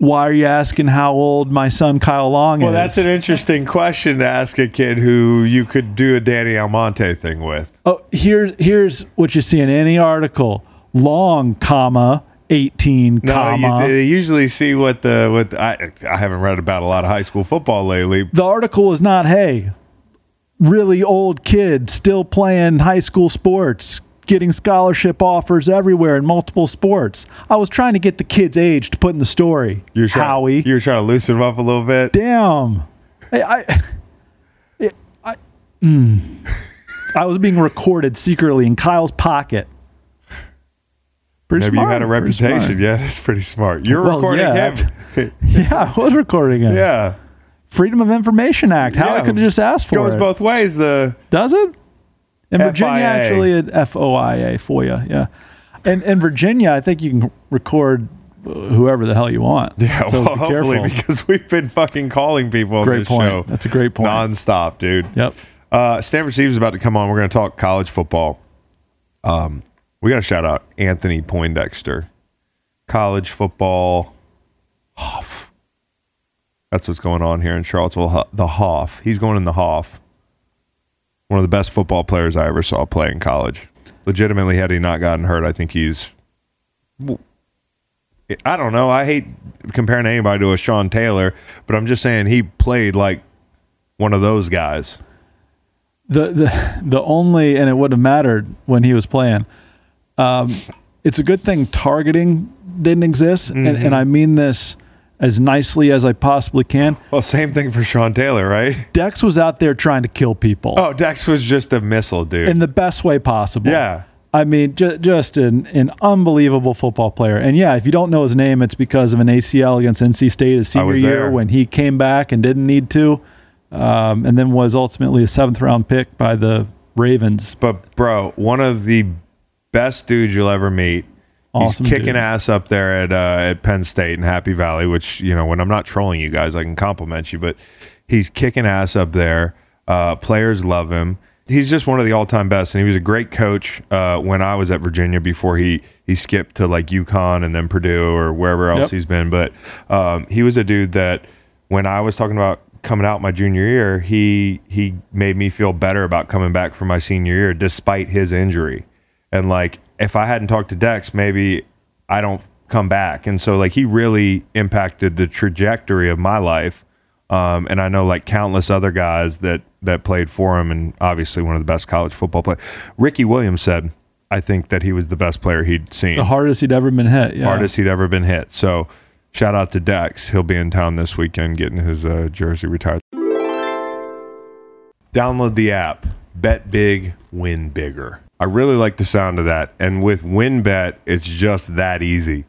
S2: why are you asking how old my son Kyle Long
S1: Well,
S2: is?
S1: that's an interesting question to ask a kid who you could do a Danny Almonte thing with.
S2: Oh, here, here's what you see in any article: long, comma, eighteen,
S1: No, you,
S2: comma.
S1: they usually see what the what the- I I haven't read about a lot of high school football lately.
S2: the article was not, "Hey, really old kid still playing high school sports." Getting scholarship offers everywhere in multiple sports. I was trying to get the kid's age to put in the story.
S1: You're trying,
S2: Howie.
S1: you're trying to loosen him up a little bit.
S2: damn. I, I, I, I- mm. I was being recorded secretly in Kyle's pocket. Pretty
S1: Maybe you had a
S2: smart, pretty
S1: reputation.
S2: smart.
S1: Yeah, that's pretty smart. You're
S2: Well,
S1: recording
S2: yeah,
S1: him.
S2: Yeah, I was recording it.
S1: yeah.
S2: Freedom of Information Act. How I
S1: Yeah.
S2: could have just asked for
S1: Goes
S2: it.
S1: both ways. The
S2: Does it? In Virginia,
S1: FIA.
S2: actually, at FOIA, FOIA, yeah. And in Virginia, I think you can record uh, whoever the hell you want.
S1: yeah,
S2: so
S1: well,
S2: be
S1: hopefully
S2: careful.
S1: because we've been fucking calling people on
S2: Great
S1: this
S2: point.
S1: show
S2: That's a great point.
S1: nonstop, dude.
S2: Yep.
S1: Uh, Stanford Steve is about to come on. We're going to talk college football. Um, we got to shout out Anthony Poindexter, college football Hoff. That's what's going on here in Charlottesville. Ho- The Hoff. He's going in the Hoff. One of the best football players I ever saw play in college. Legitimately, had he not gotten hurt, I think he's. I don't know. I hate comparing anybody to a Sean Taylor, but I'm just saying he played like one of those guys.
S2: the the the only and it would have mattered when he was playing. Um, it's a good thing targeting didn't exist, and,
S1: Mm-hmm.
S2: and I mean this as nicely as I possibly can.
S1: Well, same thing for Sean Taylor, right?
S2: Dex was out there trying to kill people
S1: Oh, Dex was just a missile, dude.
S2: in the best way possible.
S1: yeah.
S2: I mean, ju- just an, an unbelievable football player. And yeah, if you don't know his name, it's because of an ACL against NC State his
S1: I
S2: senior
S1: was
S2: year
S1: there.
S2: when he came back and didn't need to, um, and then was ultimately a seventh round pick by the Ravens.
S1: But bro, one of the best dudes you'll ever meet.
S2: Awesome
S1: He's kicking
S2: dude.
S1: ass up there at uh, at Penn State and Happy Valley, which you know when I'm not trolling you guys, I can compliment you. But he's kicking ass up there. Uh, players love him. He's just one of the all time best, and he was a great coach uh, when I was at Virginia before he he skipped to like UConn and then Purdue or wherever else
S2: Yep.
S1: he's been. But um, he was a dude that when I was talking about coming out my junior year, he he made me feel better about coming back for my senior year despite his injury. And like if I hadn't talked to Dex, maybe I don't come back. And so like he really impacted the trajectory of my life. Um, and I know like countless other guys that that played for him, and obviously one of the best college football players. Ricky Williams said, "I think that he was the best player he'd seen."
S2: The hardest he'd ever been hit. Yeah.
S1: hardest he'd ever been hit. So shout out to Dex. He'll be in town this weekend getting his uh, jersey retired. Download the app. Bet big, win bigger. I really like the sound of that. And with WinBet, it's just that easy.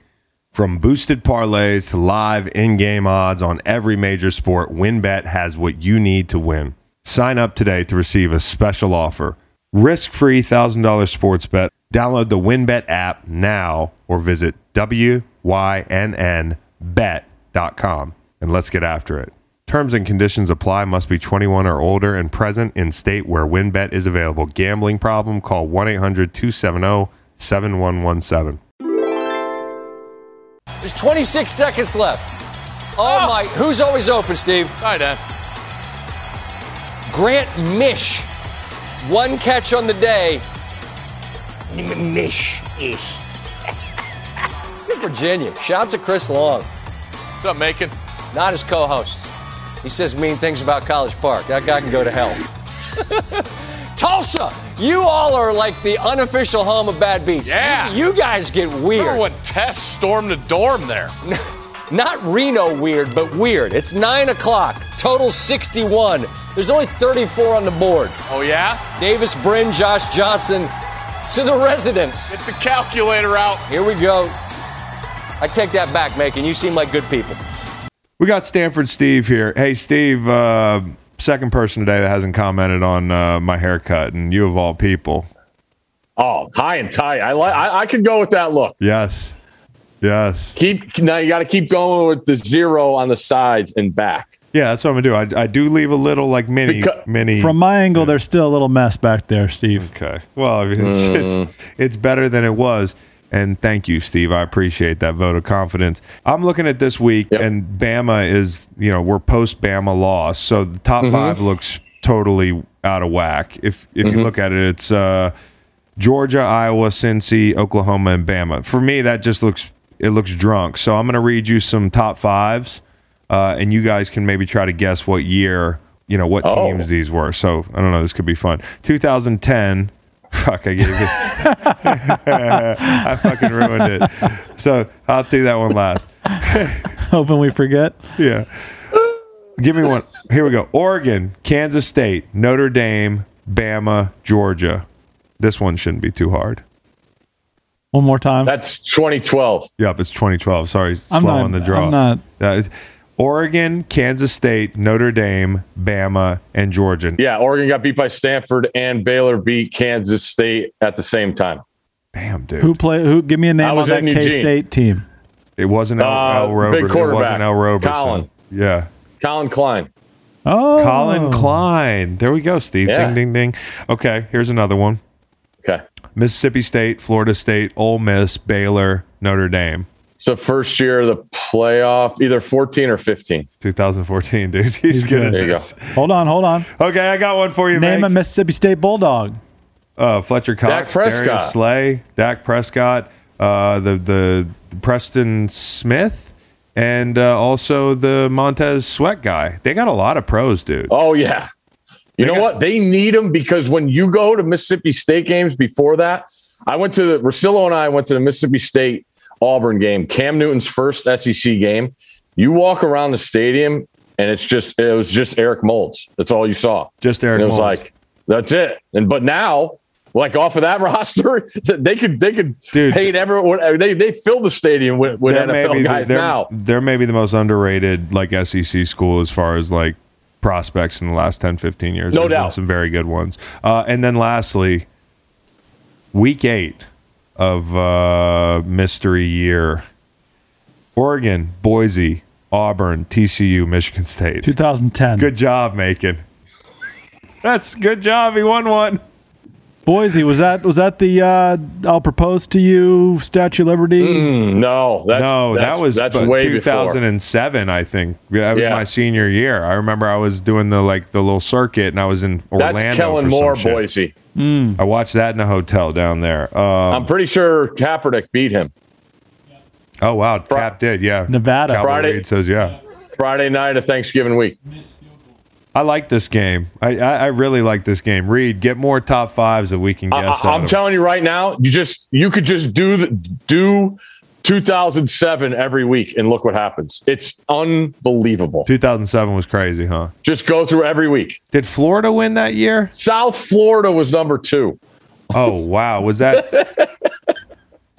S1: From boosted parlays to live in game odds on every major sport, WinBet has what you need to win. Sign up today to receive a special offer risk free $1,000 sports bet. Download the WinBet app now or visit WYNNBet.com and let's get after it. Terms and conditions apply. Must be 21 or older and present in state where WinBet is available. Gambling problem? Call 1 800 270 7117.
S7: There's 26 seconds left. Oh, my. Who's always open, Steve? Hi, Dad. Grant Mish. One catch on the day. Mish. Ish. Virginia. Shout out to Chris Long.
S8: What's up, Macon?
S7: Not his co host. He says mean things about College Park. That guy can go to hell. Tulsa, you all are like the unofficial home of bad beats.
S8: Yeah.
S7: You, you guys get
S8: Remember
S7: weird.
S8: when Tess stormed the dorm there?
S7: Not Reno weird, but weird. It's 9 o'clock, total 61. There's only 34 on the board.
S8: Oh, yeah?
S7: Davis Brin, Josh Johnson to the residents.
S8: Get the calculator out.
S7: Here we go. I take that back, Macon. You seem like good people.
S1: We got Stanford Steve here. Hey, Steve, uh, second person today that hasn't commented on uh, my haircut, and you of all people.
S9: Oh, high and tight. I like. I, I could go with that look.
S1: Yes. Yes.
S9: Keep now. You got to keep going with the zero on the sides and back.
S1: Yeah, that's what I'm going to do. I, I do leave a little, like, mini.
S9: Becau-
S1: mini
S2: From my angle, there's still a little mess back there, Steve.
S9: Mm.
S1: okay. Well, I mean, it's, it's, it's better than it was. And thank you, Steve. I appreciate that vote of confidence. I'm looking at this week,
S9: Yep.
S1: and Bama is, you know, we're post Bama loss, so the top
S9: Mm-hmm.
S1: five looks totally out of whack. If if
S9: Mm-hmm.
S1: you look at it, it's uh, Georgia, Iowa, Cincy, Oklahoma, and Bama. For me, that just looks it looks drunk. So I'm going to read you some top fives, uh, and you guys can maybe try to guess what year, you know, what
S9: Oh.
S1: teams these were. So I don't know. This could be fun. 2010. Fuck, I gave it. I fucking ruined it. So I'll do that one last.
S2: Hoping we forget.
S1: Yeah. Give me one. Here we go. Oregon, Kansas State, Notre Dame, Bama, Georgia. This one shouldn't be too hard.
S2: One more time.
S9: That's 2012.
S1: Yep, it's 2012. Sorry,
S2: I'm
S1: slow
S2: not-
S1: on the draw.
S2: I'm not-
S1: Uh, it's- Oregon, Kansas State, Notre Dame, Bama, and Georgia.
S9: Yeah, Oregon got beat by Stanford and Baylor beat Kansas State at the same time.
S1: Damn, dude.
S2: who play? Who? Give me a
S9: I
S2: name on
S9: was
S2: that
S9: in Eugene.
S2: K State team.
S1: It wasn't L.
S9: Uh,
S1: L. Roberson.
S9: big
S1: It
S9: quarterback,
S1: wasn't L. Roberson.
S9: Colin.
S1: Yeah.
S9: Colin Klein.
S2: Oh,
S1: Colin Klein. There we go, Steve.
S9: Yeah.
S1: Ding, ding, ding. Okay, here's another one.
S9: Okay.
S1: Mississippi State, Florida State, Ole Miss, Baylor, Notre Dame.
S9: So first year of the playoff, either 14 or 15.
S1: 2014, dude. He's,
S2: He's
S1: good,
S2: good.
S1: at
S9: There you
S1: this.
S2: Hold on, hold on.
S1: Okay, I got one for you,
S2: Name a
S1: man.
S2: Mississippi State Bulldog.
S1: Uh, Fletcher Cox,
S9: Dak Prescott.
S1: Darius Slay, Dak Prescott, uh, the the Preston Smith, and uh, also the Montez Sweat guy. They got a lot of pros, dude.
S9: Oh yeah. You know
S1: got-
S9: what? They need them because when you go to Mississippi State games before that, I went to the Rosillo and I went to the Mississippi State Auburn game, Cam Newton's first SEC game. You walk around the stadium and it's just it was just Eric Molds. That's all you saw.
S1: Just Eric.
S9: and it was
S1: Mullins.
S9: like that's it. And but now, like off of that roster, they could they could
S1: Dude.
S9: pay everyone. They they fill the stadium with, with NFL guys
S1: the, they're,
S9: now.
S1: they're maybe the most underrated like SEC school as far as like prospects in the last 10, 15 years.
S9: No
S1: There's been
S9: doubt.
S1: some very good ones. Uh, and then lastly, week eight of uh, mystery year. Oregon, Boise, Auburn, TCU, Michigan State.
S2: 2010.
S1: Good job, Macon. That's good job. He won one.
S2: Boise was that? Was that the uh, "I'll propose to you" Statue of Liberty?
S1: Mm-hmm.
S9: No, that's,
S1: no,
S9: that's,
S1: that was
S9: that's
S1: bu-
S9: way before.
S1: 2007, I think. Yeah, That was
S9: Yeah.
S1: my senior year. I remember I was doing the like the little circuit, and I was in Orlando.
S9: That's Kellen
S1: for some
S9: Moore,
S1: shit.
S9: Boise.
S1: I watched that in a hotel down there. Um,
S9: I'm pretty sure Kaepernick beat him
S1: oh wow, Cap did, yeah.
S2: Nevada.
S1: Cowboy
S9: Friday-
S1: Reed says, yeah.
S9: Friday night of Thanksgiving week.
S1: I like this game. I, I, I really like this game. Reed, get more top fives if we can
S9: I,
S1: guess.
S9: I-
S1: out
S9: I'm
S1: of-
S9: telling you right now, you just you could just do the, do 2007 every week and look what happens. It's unbelievable.
S1: 2007 was crazy, huh?
S9: Just go through every week.
S1: Did Florida win that year?
S9: South Florida was number two.
S1: Oh wow, was that?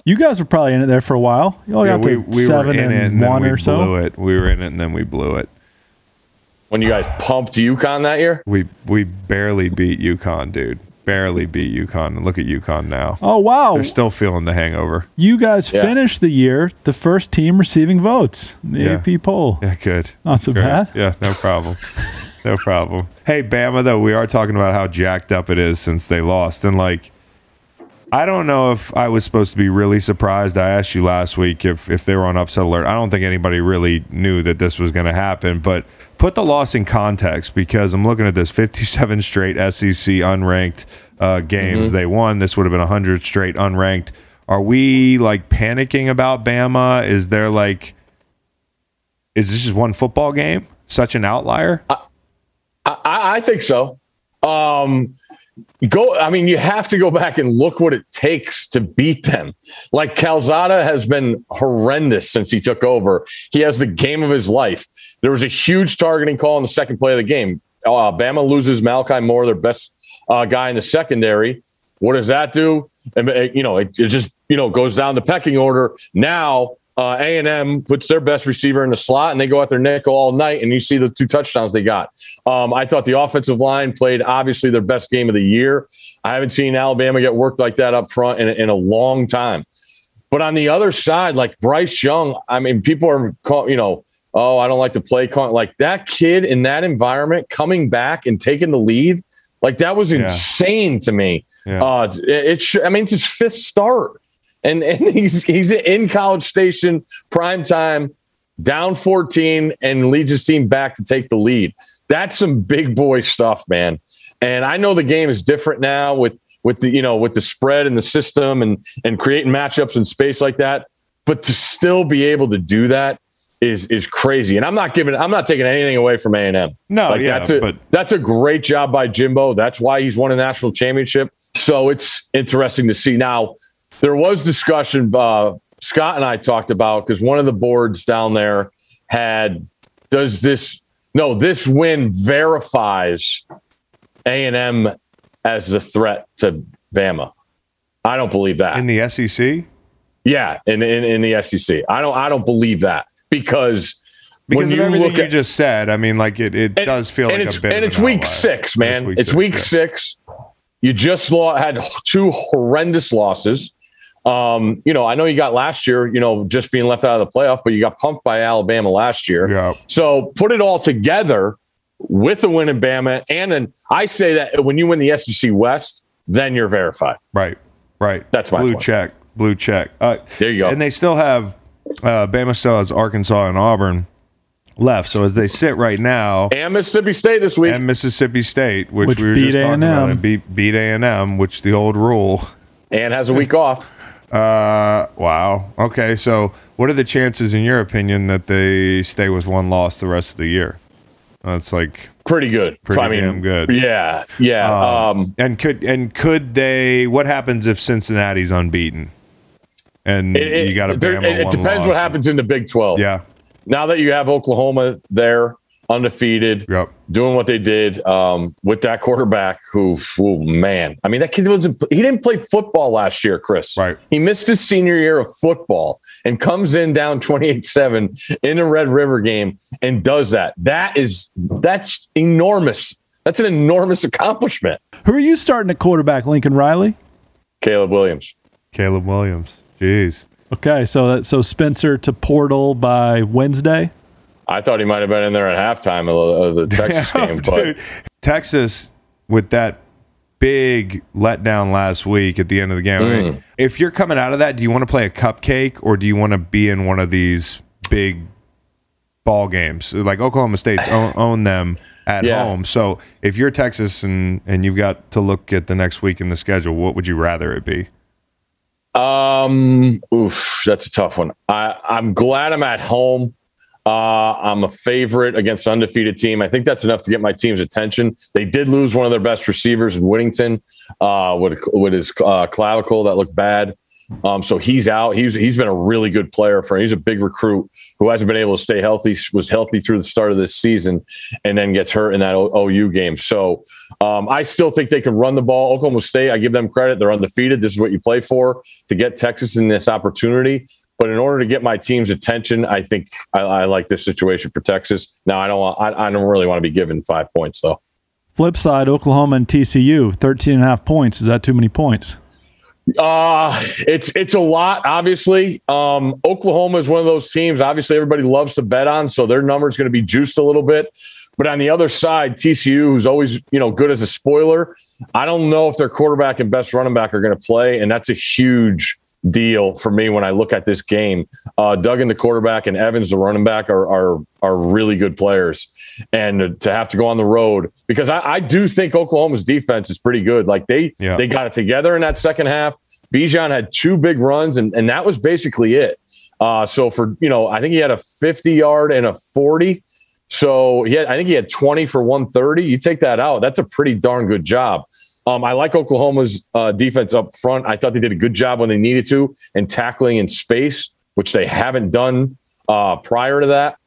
S2: You guys were probably in it there for a while. You all
S1: yeah,
S2: got
S1: we,
S2: to
S1: we
S2: seven
S1: were in
S2: and,
S1: it and then
S2: one
S1: we
S2: or
S1: blew
S2: so.
S1: it. We were in it and then we blew it.
S9: When you guys pumped UConn that year,
S1: We we barely beat UConn, dude. Barely beat UConn. And Look at UConn now.
S2: Oh wow!
S1: They're still feeling the hangover.
S2: you guys
S9: Yeah.
S2: finished the year the first team receiving votes in the
S1: Yeah.
S2: AP poll.
S1: Yeah, good.
S2: Not so
S1: Great.
S2: bad.
S1: Yeah, no problem. no problem. Hey, Bama, though, we are talking about how jacked up it is since they lost. And, like, I don't know if I was supposed to be really surprised. I asked you last week if, if they were on upset alert. I don't think anybody really knew that this was going to happen, but put the loss in context because I'm looking at this 57 straight SEC unranked uh, games they won. This would have been 100 straight unranked. Are we like panicking about Bama? Is there like, is this just one football game? Such an outlier?
S9: Uh, I, I, I think so. Um, go. I mean, you have to go back and look what it takes to beat them. Like Calzada has been horrendous since he took over. He has the game of his life. There was a huge targeting call in the second play of the game. Uh, Bama loses Malachi Moore, their best uh, guy in the secondary. What does that do? And it- you know, it, it just you know goes down the pecking order. Now uh, A and M puts their best receiver in the slot, and they go out their nickel all night. And you see the two touchdowns they got. Um, I thought the offensive line played obviously their best game of the year. I haven't seen Alabama get worked like that up front in, in a long time. But on the other side, like Bryce Young, I mean, people are, call, you know, oh, I don't like to play. Call. Like that kid in that environment coming back and taking the lead, like that was
S1: Yeah.
S9: insane to me.
S1: Yeah.
S9: Uh, it, it sh- I mean, it's his fifth start. And and he's he's in College Station prime time, down 14, and leads his team back to take the lead. That's some big boy stuff, man. And I know the game is different now with with the you know with the spread and the system and and creating matchups in space like that. But to still be able to do that is is crazy. And I'm not giving I'm not taking anything away from A and M.
S1: No, Oh, yeah,
S9: that's a
S1: but-
S9: that's a great job by Jimbo. That's why he's won a national championship. So it's interesting to see. Now there was discussion. Uh, Scott and I talked about because one of the boards down there had does this no this win verifies A and M as the threat to Bama. I don't believe that.
S1: in the E SEC
S9: yeah, in, in in the SEC, I don't I don't believe that because
S1: because of
S9: when you
S1: everything
S9: look
S1: you
S9: at
S1: just said. I mean, like it, it does feel
S9: and
S1: like
S9: it's,
S1: a bit.
S9: and
S1: of
S9: it's
S1: an
S9: week
S1: outlier.
S9: six, man. It's week
S1: yeah.
S9: six. You just lo- had two horrendous losses. Um, you know, I know you got last year, you know, just being left out of the playoff, but you got pumped by Alabama last year.
S1: Yeah.
S9: So put it all together with a win in Bama, and an, I say that when you win the SEC West, then you're verified.
S1: Right. Right.
S9: That's my
S1: blue
S9: point.
S1: check. Blue check. Uh,
S9: There you go.
S1: And they still have uh, Bama still has Arkansas and Auburn left. So as they sit right now,
S9: And Mississippi State this week.
S1: and Mississippi State, which,
S2: Which
S1: we were
S2: beat
S1: just talking about,
S2: A&M.
S1: and beat beat A and M, which the old rule.
S9: and has a week off.
S1: Uh, wow. Okay. So what are the chances, in your opinion, that they stay with one loss the rest of the year? That's like
S9: Pretty good.
S1: Pretty damn good.
S9: Yeah. Yeah. um,
S1: and could and could they? What happens if Cincinnati's unbeaten? And
S9: it, it-
S1: you got a
S9: there-
S1: Bama.
S9: it- it
S1: one
S9: depends
S1: loss.
S9: what happens in the Big 12.
S1: Yeah.
S9: now that you have Oklahoma there, undefeated,
S1: Yep.
S9: doing what they did um, with that quarterback, who, oh man, I mean, that kid wasn't, he didn't play football last year, Chris.
S1: Right.
S9: He missed his senior year of football and comes in down 28 7 in a Red River game and does that. That is, that's enormous. That's an enormous accomplishment,
S2: Who are you starting at quarterback, Lincoln Riley?
S9: Caleb Williams.
S1: Caleb Williams. Jeez.
S2: Okay, so that, so Spencer to Portal by Wednesday.
S9: I thought he might have been in there at halftime of the, of the Texas
S1: Yeah,
S9: game, but
S1: dude. Texas with that big letdown last week at the end of the game. I mean,
S9: Mm.
S1: if you're coming out of that, do you want to play a cupcake or do you want to be in one of these big ball games? Like Oklahoma State's own, own them at
S9: Yeah.
S1: home. So if you're Texas and and you've got to look at the next week in the schedule, what would you rather it be?
S9: Um, oof, that's a tough one. I, I'm glad I'm at home. Uh, I'm a favorite against undefeated team. I think that's enough to get my team's attention. They did lose one of their best receivers in Whittington uh, with with his uh, clavicle that looked bad. Um, so he's out. He's he's been a really good player for. He's a big recruit who hasn't been able to stay healthy. Was healthy through the start of this season, and then gets hurt in that O- OU game. So um, I still think they can run the ball. Oklahoma State, I give them credit. They're undefeated. This is what you play for to get Texas in this opportunity. But in order to get my team's attention, I think I, I like this situation for Texas. Now I don't want, I, I don't really want to be given five points though.
S2: Flip side, Oklahoma and TCU, 13 and a half points. Is that too many points?
S9: Uh, it's it's a lot, obviously. Um, Oklahoma is one of those teams, obviously, everybody loves to bet on, so their number is going to be juiced a little bit. But on the other side, TCU, who's always you know good as a spoiler, I don't know if their quarterback and best running back are going to play, and that's a huge deal for me when I look at this game. Uh, Duggan, the quarterback, and Evans, the running back, are are are really good players, and to have to go on the road because I, I do think Oklahoma's defense is pretty good. Like they
S1: Yeah.
S9: they got it together in that second half. Bijan had two big runs, and and that was basically it. Uh, so for you know, I think he had a 50 yard and a 40. So he had, I think he had 20 for 130. You take that out, that's a pretty darn good job. Um, I like Oklahoma's uh, defense up front. I thought they did a good job when they needed to and tackling in space, which they haven't done uh, prior to that.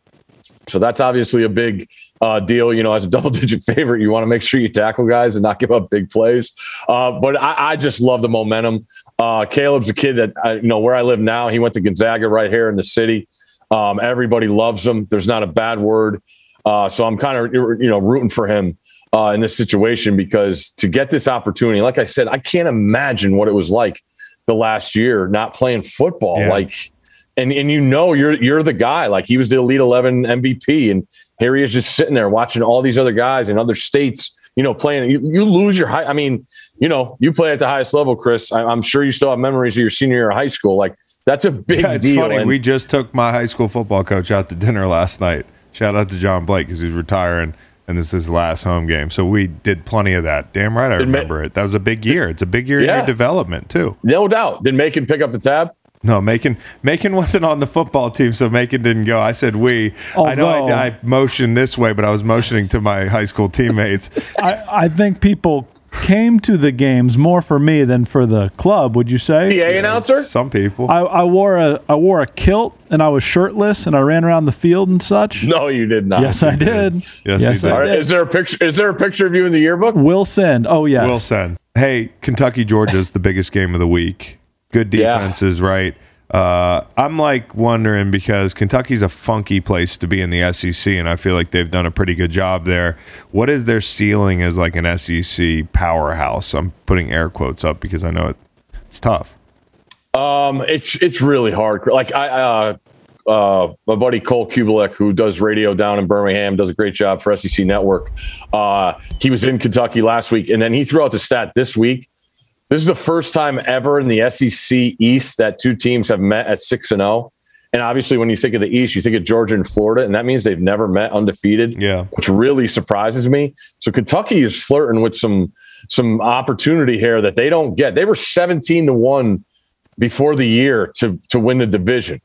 S9: So that's obviously a big uh, deal. You know, as a double digit favorite, you want to make sure you tackle guys and not give up big plays. Uh, but I, I just love the momentum. Uh, Caleb's a kid that, I, you know, where I live now, he went to Gonzaga right here in the city. Um, everybody loves him. There's not a bad word. Uh, so I'm kind of, you know, rooting for him uh, in this situation because to get this opportunity, like I said, I can't imagine what it was like the last year not playing football.
S1: Yeah.
S9: Like, and and you know you're you're the guy. Like he was the Elite Eleven MVP, and here he is just sitting there watching all these other guys in other states. You know, playing. You, you lose your high. I mean, you know, you play at the highest level, Chris. I, I'm sure you still have memories of your senior year of high school. Like that's a big
S1: Yeah, it's
S9: deal.
S1: funny.
S9: And-
S1: we just took my high school football coach out to dinner last night. Shout out to John Blake because he's retiring, and this is his last home game. So we did plenty of that. Damn right, I
S9: Did Ma-
S1: remember it. That was a big year. It's a big year in
S9: Yeah.
S1: your development too.
S9: no doubt. Did Macon pick up the tab?
S1: No, Macon. Macon wasn't on the football team, so Macon didn't go. I said we.
S9: Oh,
S1: I know
S2: Although-
S1: I, I motioned this way, but I was motioning to my high school teammates.
S2: I, I think people came to the games more for me than for the club. Would you say?
S9: PA announcer?
S1: Some people.
S2: I, I wore a I wore a kilt and I was shirtless and I ran around the field and such.
S9: No, you did not.
S2: yes, I did.
S1: Yes, you did.
S9: All
S2: I
S9: right, is there a picture? Is there a picture of you in the yearbook?
S2: Will send. Oh yes.
S1: Wilson. Hey, Kentucky Georgia is the biggest game of the week. Good
S9: Yeah.
S1: defenses, right? Uh, I'm like wondering because Kentucky's a funky place to be in the SEC, and I feel like they've done a pretty good job there. What is their ceiling as like an SEC powerhouse? I'm putting air quotes up because I know it, it's tough.
S9: Um, it's it's really hard. Like I, uh, uh, my buddy Cole Kubelik, who does radio down in Birmingham, does a great job for SEC Network. Uh, he was in Kentucky last week, and then he threw out the stat this week. This is the first time ever in the SEC East that two teams have met at six and zero. And obviously, when you think of the East, you think of Georgia and Florida, and that means they've never met undefeated.
S1: Yeah.
S9: which really surprises me. So Kentucky is flirting with some some opportunity here that they don't get. They were seventeen to one before the year to to win the division.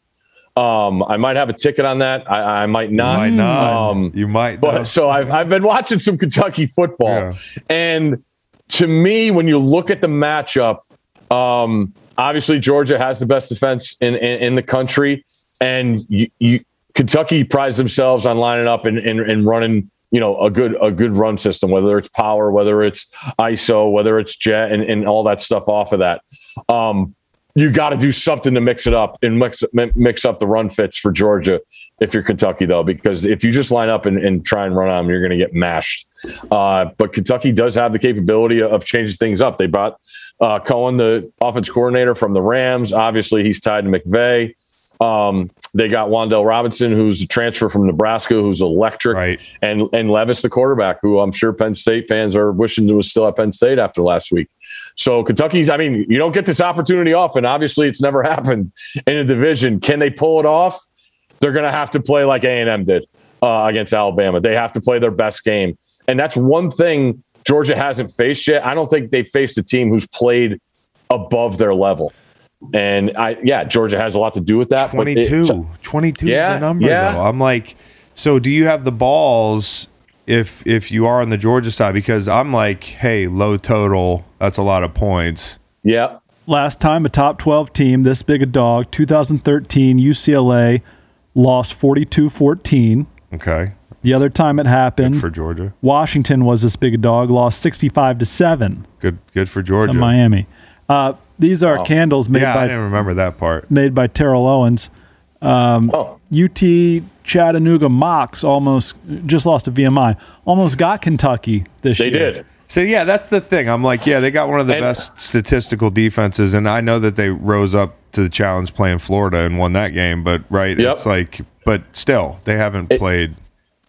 S9: Um, I might have a ticket on that. I, I might
S1: You
S9: not.
S1: might not.
S9: Um,
S1: you might.
S9: but
S1: though.
S9: so I've I've been watching some Kentucky football,
S1: Yeah.
S9: and to me, when you look at the matchup, um, obviously Georgia has the best defense in in, in the country, and you, you Kentucky prides themselves on lining up and and, and running. You know, a good a good run system, whether it's power, whether it's ISO, whether it's jet, and, and all that stuff off of that. Um, you got to do something to mix it up and mix mi- mix up the run fits for Georgia if you're Kentucky though, because if you just line up and, and try and run on them, you're going to get mashed. Uh, but Kentucky does have the capability of changing things up. They brought uh, Cohen, the offense coordinator from the Rams. Obviously, he's tied to McVay. Um, they got Wandell Robinson, who's a transfer from Nebraska, who's electric,
S1: Right.
S9: and and Levis, the quarterback, who I'm sure Penn State fans are wishing was still at Penn State after last week. So Kentucky's, I mean, you don't get this opportunity often. Obviously, it's never happened in a division. Can they pull it off? They're going to have to play like A&M did uh, against Alabama. They have to play their best game. And that's one thing Georgia hasn't faced yet. I don't think they faced a team who's played above their level. And I, yeah, Georgia has a lot to do with that. but it-
S1: 22 22 is
S9: Yeah,
S1: the number
S9: yeah.
S1: though i'm like so do you have the balls if if you are on the georgia side because i'm like hey low total that's a lot of points
S9: yeah.
S2: Last time a top 12 team, this big a dog, 2013 UCLA lost 42-14.
S1: okay
S2: The other time it happened,
S1: for georgia
S2: Washington was this big a dog, lost 65 to 7
S1: good good for
S2: to
S1: georgia
S2: Miami. Uh, these are candles made
S1: yeah i
S2: by
S1: didn't remember that part
S2: made by Terrell Owens.
S9: Oh,
S2: UT Chattanooga Mox almost just lost to VMI. Almost got Kentucky this
S9: they
S2: year.
S9: did.
S1: so yeah that's the thing i'm like yeah they got one of the
S9: And-
S1: best statistical defenses and i know that they rose up to the challenge playing florida and won that game but right
S9: Yep.
S1: it's like but still they haven't played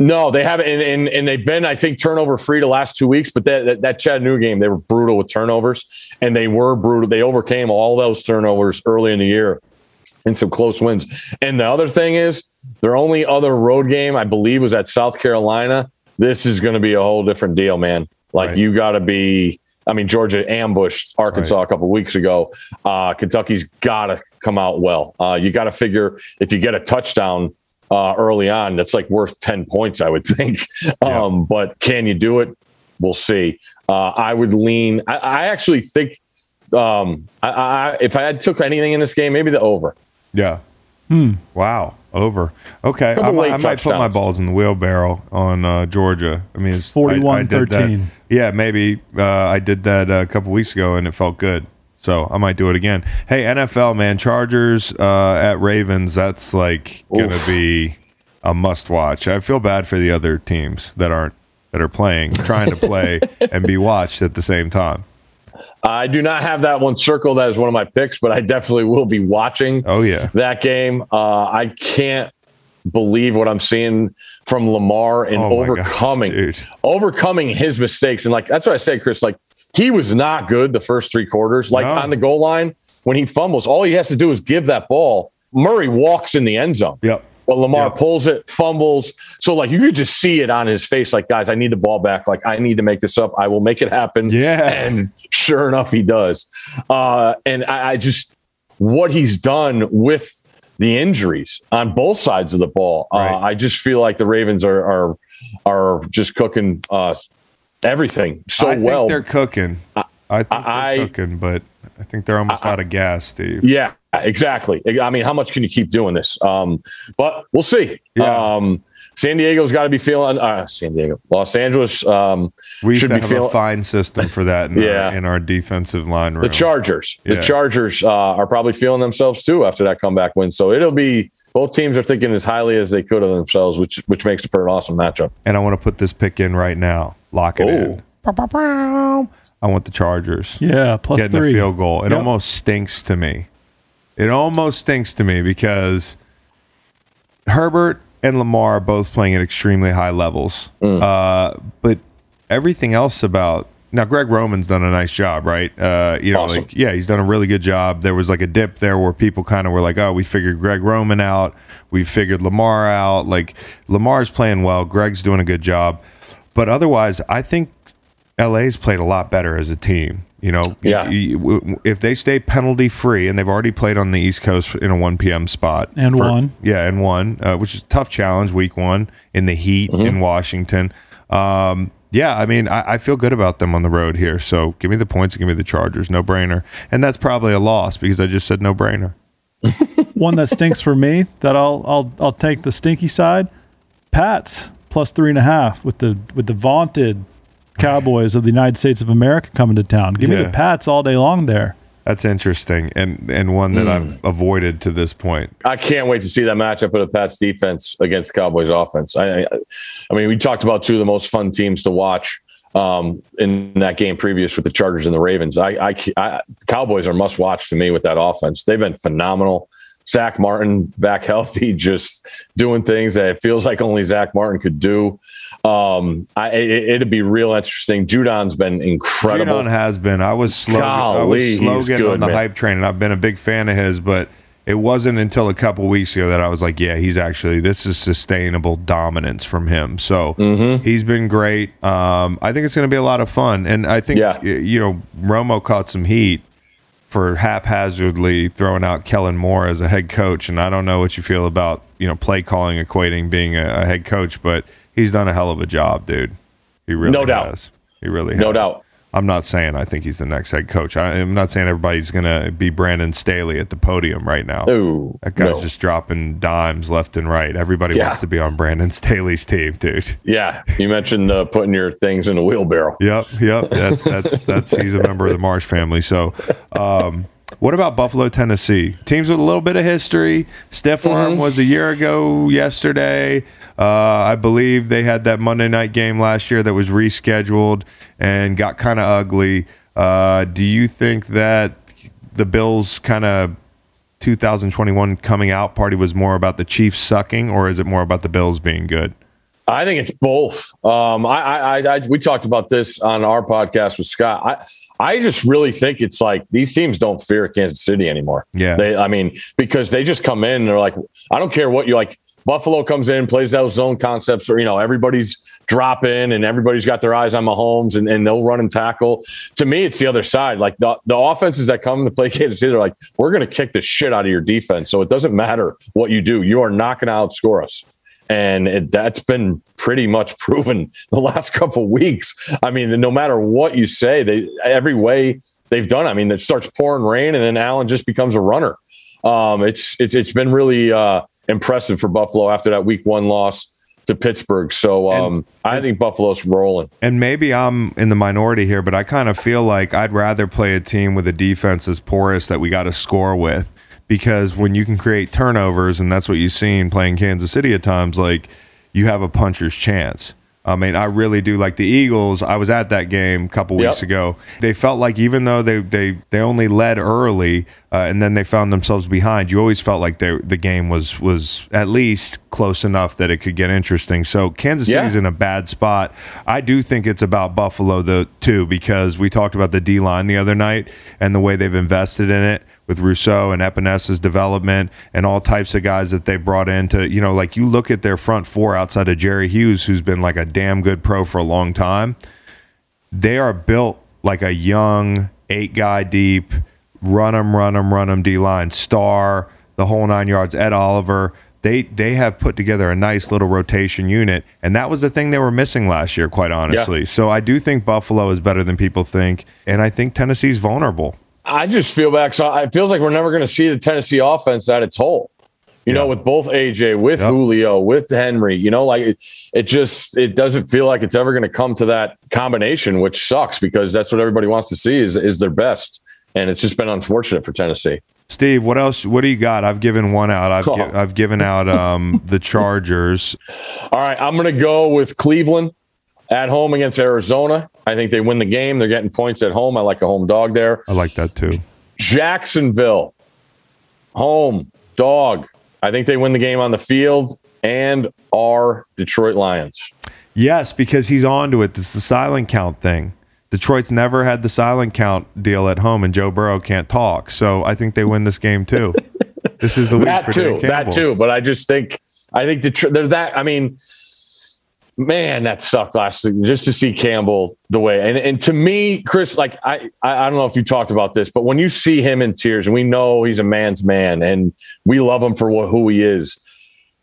S9: No, they haven't, and, and and they've been, I think, turnover free the last two weeks. But that, that that Chattanooga game, they were brutal with turnovers, and they were brutal. They overcame all those turnovers early in the year in some close wins. And the other thing is, their only other road game, I believe, was at South Carolina. This is going to be a whole different deal, man. Like
S1: Right.
S9: you got to be. I mean, Georgia ambushed Arkansas a couple weeks ago. Uh, Kentucky's got to come out well. Uh, you got to figure if you get a touchdown uh, early on, that's like worth ten points, I would think. Um, but can you do it? We'll see. Uh, I would lean. I, I actually think um, I, I, if I had took anything in this game, maybe the over.
S1: Yeah. Wow. Over. Okay. I,
S9: Couple
S1: might-
S9: late
S1: I might put my
S9: touchdowns.
S1: balls in the wheelbarrow on uh, Georgia. I mean, it's I- I did
S2: 41-13.
S1: that- Yeah, maybe. Uh, I did that uh, a couple weeks ago and it felt good. So I might do it again. Hey, NFL, man, Chargers uh, at Ravens, that's like going to
S9: Oof.
S1: be a must watch. I feel bad for the other teams that aren't. That are playing, trying to play, and be watched at the same time.
S9: I do not have that one circled as one of my picks, but I definitely will be watching
S1: Oh yeah,
S9: that game. Uh, I can't believe what I'm seeing from Lamar and
S1: Oh my gosh,
S9: overcoming
S1: dude.
S9: overcoming his mistakes. And like that's what I say, Chris. Like He was not good the first three quarters. Like
S1: No.
S9: on the goal line, when he fumbles, all he has to do is give that ball. Murray walks in the end zone.
S1: Yep.
S9: But Lamar
S1: Yep.
S9: pulls it, fumbles. So like you could just see it on his face, like, guys, I need the ball back. Like, I need to make this up. I will make it happen.
S1: Yeah.
S9: And sure enough, he does. Uh, and I, I just what he's done with the injuries on both sides of the ball. Uh,
S1: Right.
S9: I just feel like the Ravens are are are just cooking uh, everything so
S1: I think
S9: well.
S1: they're cooking. I, think they're
S9: I-
S1: cooking, but I think they're almost out of gas, Steve.
S9: Yeah, exactly. I mean, how much can you keep doing this? Um, but we'll see.
S1: Yeah.
S9: Um, San Diego's got to be feeling uh, San Diego, Los Angeles, um,
S1: we used
S9: should
S1: to
S9: be
S1: have
S9: feel-
S1: a fine system for that in,
S9: Yeah.
S1: our, in our defensive line room.
S9: the Chargers.
S1: Yeah.
S9: The Chargers uh, are probably feeling themselves too after that comeback win. So it'll be both teams are thinking as highly as they could of themselves, which which makes it for an awesome matchup.
S1: and I want to put this pick in right now. Lock it
S9: Oh.
S1: in. Bow, bow, bow. I want the Chargers
S2: Yeah, plus
S1: getting
S2: three.
S1: a field goal. It
S2: Yep.
S1: almost stinks to me. It almost stinks to me because Herbert and Lamar are both playing at extremely high levels. Uh, but everything else about now, Greg Roman's done a nice job, right? Uh, you know,
S9: Awesome.
S1: like yeah, he's done a really good job. There was like a dip there where people kind of were like, "Oh, we figured Greg Roman out, we figured Lamar out." Like Lamar's playing well, Greg's doing a good job, but otherwise, I think LA's played a lot better as a team. You know,
S9: Yeah.
S1: Y- y- if they stay penalty free and they've already played on the East Coast in a 1 p.m. spot
S2: And won.
S1: yeah, and won, uh, which is a tough challenge week one in the heat in Washington. Um, yeah, I mean, I, I feel good about them on the road here. So give me the points, give me the Chargers, no brainer. And that's probably a loss because I just said no brainer.
S2: One that stinks for me that I'll I'll I'll take the stinky side. Pats plus three and a half with the with the vaunted Cowboys of the United States of America coming to town. Give me
S1: Yeah.
S2: the Pats all day long there.
S1: That's interesting, and and one that I've avoided to this point.
S9: I can't wait to see that matchup of the Pats defense against Cowboys offense. I, I, I mean, we talked about two of the most fun teams to watch um, in that game previous with the Chargers and the Ravens. I, I, I Cowboys are must watch to me with that offense. They've been phenomenal. Zach Martin back healthy, just doing things that it feels like only Zach Martin could do. Um, I, it, it'd be real interesting. Judon's been incredible.
S1: Judon has been. I was slow. I
S9: Golly,
S1: was slow
S9: he's
S1: getting
S9: good,
S1: on the
S9: man.
S1: hype train, and I've been a big fan of his. But it wasn't until a couple weeks ago that I was like, "Yeah, he's actually this is sustainable dominance from him." So
S9: Mm-hmm.
S1: he's been great. Um, I think it's going to be a lot of fun, and I think
S9: Yeah.
S1: y- you know Romo caught some heat for haphazardly throwing out Kellen Moore as a head coach, and I don't know what you feel about you know play calling equating being a, a head coach, but he's done a hell of a job, dude. He really
S9: No doubt.
S1: has. He really
S9: No
S1: has.
S9: doubt.
S1: I'm not saying I think he's the next head coach. I, I'm not saying everybody's going to be Brandon Staley at the podium right now.
S9: Ooh,
S1: that guy's
S9: Oh, no.
S1: just dropping dimes left and right. Everybody
S9: Yeah.
S1: wants to be on Brandon Staley's team, dude.
S9: yeah. You mentioned uh, putting your things in a wheelbarrow.
S1: Yep, yep. That's that's that's he's a member of the Marsh family. So, um, what about Buffalo, Tennessee? Teams with a little bit of history. Stiff Arm was a year ago yesterday. Uh, I believe they had that Monday night game last year that was rescheduled and got kind of ugly. Uh, do you think that the Bills kind of 2021 coming out party was more about the Chiefs sucking, or is it more about the Bills being good?
S9: I think it's both. Um, I, I, I, I, we talked about this on our podcast with Scott. I, I just really think it's like these teams don't fear Kansas City anymore.
S1: Yeah.
S9: they, I mean, because they just come in and they're like, I don't care what you like. Buffalo comes in, plays those zone concepts, or you know, everybody's dropping and everybody's got their eyes on Mahomes, and, and they'll run and tackle. To me, it's the other side. Like the, the offenses that come to play Kansas City, they're like, we're going to kick the shit out of your defense. So it doesn't matter what you do, you are not going to outscore us and it, that's been pretty much proven the last couple weeks. I mean, no matter what you say, they every way they've done. I mean, it starts pouring rain, and then Allen just becomes a runner. Um, it's it's it's been really uh, impressive for Buffalo after that Week One loss to Pittsburgh. So um, I think Buffalo's rolling.
S1: and maybe I'm in the minority here, but I kind of feel like I'd rather play a team with a defense as porous that we got to score with because when you can create turnovers, and that's what you've seen playing Kansas City at times, like you have a puncher's chance. I mean, I really do like the Eagles. I was at that game a couple weeks
S9: Yep.
S1: ago. They felt like even though they they, they only led early uh, and then they found themselves behind, you always felt like they, the game was was at least close enough that it could get interesting. So Kansas
S9: Yeah.
S1: City's in a bad spot. I do think it's about Buffalo though too because we talked about the D line the other night and the way they've invested in it with Rousseau and Epinesa's development and all types of guys that they brought in to, you know, like you look at their front four outside of Jerry Hughes, who's been like a damn good pro for a long time. They are built like a young eight guy deep, run 'em, run 'em, run 'em D line, star, the whole nine yards, Ed Oliver. They they have put together a nice little rotation unit, and that was the thing they were missing last year, quite honestly. So I do think Buffalo is better than people think, and I think Tennessee's vulnerable.
S9: I just feel back. So it feels like we're never going to see the Tennessee offense at its whole. You know, with both AJ, with
S1: Yep.
S9: Julio, with Henry, you know, like it, it just it doesn't feel like it's ever going to come to that combination, which sucks because that's what everybody wants to see is is their best, and it's just been unfortunate for Tennessee.
S1: Steve, what else? What do you got? I've given one out. I've gi- I've given out um, the Chargers.
S9: All right, I'm going to go with Cleveland at home against Arizona. I think they win the game. They're getting points at home. I like a home dog there.
S1: I like that too.
S9: Jacksonville, home dog. I think they win the game on the field and are Detroit Lions.
S1: Yes, because he's on to it. It's the silent count thing. Detroit's never had the silent count deal at home, and Joe Burrow can't talk. So I think they win this game too. this is the week
S9: That
S1: for
S9: too,
S1: Dan
S9: that
S1: Campbell.
S9: too. But I just think I think Detroit. There's that. I mean, man, that sucked last week just to see Campbell the way. And and to me, Chris, like I I I don't know if you talked about this, but when you see him in tears, and we know he's a man's man, and we love him for what, who he is.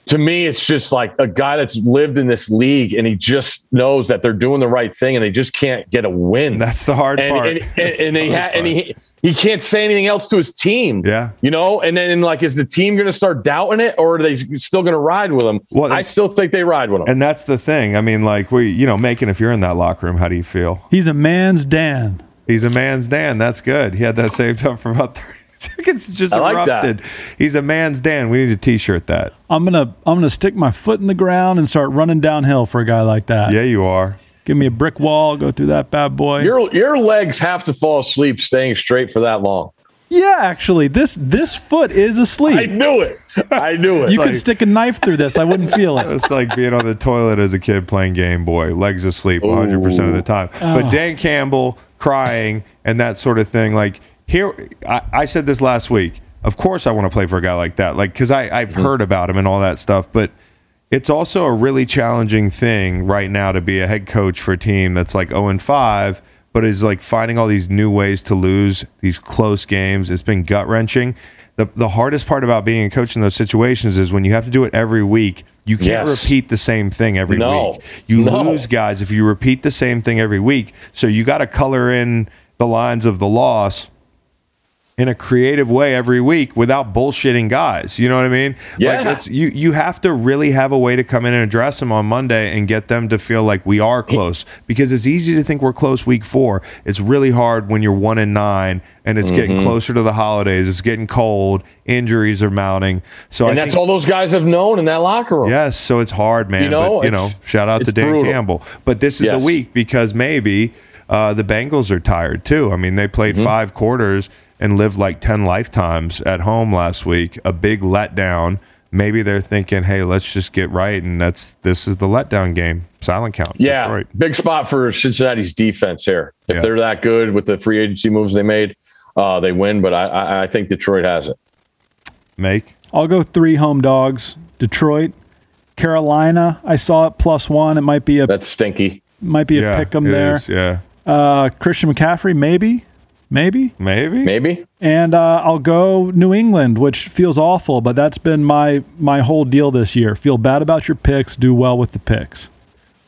S9: to me, it's just like a guy that's lived in this league and he just knows that they're doing the right thing and they just can't get a win.
S1: That's the hard
S9: and,
S1: part.
S9: and, and,
S1: That's
S9: and
S1: the
S9: he
S1: hard
S9: ha- and
S1: part.
S9: he he can't say anything else to his team.
S1: Yeah.
S9: you know. And then like, is the team going to start doubting it, or are they still going to ride with him?
S1: Well,
S9: I still think they ride with him.
S1: And that's the thing. I mean, like we, you know, Macon. If you're in that locker room, how do you feel?
S2: He's a man's Dan.
S1: He's a man's Dan. That's good. He had that saved up for about 30 seconds. It Just
S9: I like that.
S1: erupted. He's a man's Dan. We need a T-shirt that.
S2: I'm gonna I'm gonna stick my foot in the ground and start running downhill for a guy like that.
S1: Yeah, you are.
S2: Give me a brick wall, go through that bad boy.
S9: your your legs have to fall asleep staying straight for that long.
S2: yeah, actually, this this foot is asleep.
S9: I knew it. I knew it.
S2: you
S1: like-
S2: could stick a knife through this. I wouldn't feel it.
S1: It's like being on the toilet as a kid playing Game Boy, legs asleep 100% of the time. But Dan Campbell crying and that sort of thing. Like, here, I, I said this last week. Of course, I want to play for a guy like that. Like, because I've heard about him and all that stuff. But it's also a really challenging thing right now to be a head coach for a team that's like 0 and 5, but is like finding all these new ways to lose these close games. It's been gut wrenching. The, the hardest part about being a coach in those situations is when you have to do it every week, you can't
S9: Yes.
S1: repeat the same thing every
S9: No.
S1: week. You
S9: No.
S1: lose guys if you repeat the same thing every week. So you got to color in the lines of the loss in a creative way every week without bullshitting guys. You know what I mean?
S9: Yeah.
S1: Like it's you you have to really have a way to come in and address them on Monday and get them to feel like we are close because it's easy to think we're close week 4. It's really hard when you're 1 and 9 and it's
S9: Mm-hmm.
S1: getting closer to the holidays, it's getting cold, injuries are mounting. So I
S9: and that's
S1: think-
S9: all those guys have known in that locker room.
S1: Yes, so it's hard, man.
S9: You know,
S1: but, you know
S9: it's-
S1: shout out to
S9: it's
S1: Dan
S9: brutal.
S1: Campbell. But this is
S9: Yes.
S1: the week because maybe uh, the Bengals are tired too. I mean, they
S9: Mm-hmm.
S1: played five quarters and lived like 10 lifetimes at home last week, a big letdown. Maybe they're thinking, hey, let's just get right. And that's this is the letdown game. Silent count.
S9: Yeah,
S1: Detroit.
S9: big spot for Cincinnati's defense here. If
S1: Yeah.
S9: they're that good with the free agency moves they made, uh, they win. But I, I, I think Detroit has it.
S1: Make.
S2: I'll go three home dogs. Detroit, Carolina. I saw it plus one. It might be a
S9: That's stinky.
S2: might be a
S1: Yeah.
S2: pick 'em
S1: it
S2: there.
S1: is, Yeah.
S2: Uh, Christian McCaffrey, maybe, maybe.
S1: Maybe.
S9: Maybe
S2: And uh, I'll go New England, which feels awful, but that's been my my whole deal this year. Feel bad about your picks. Do well with the picks.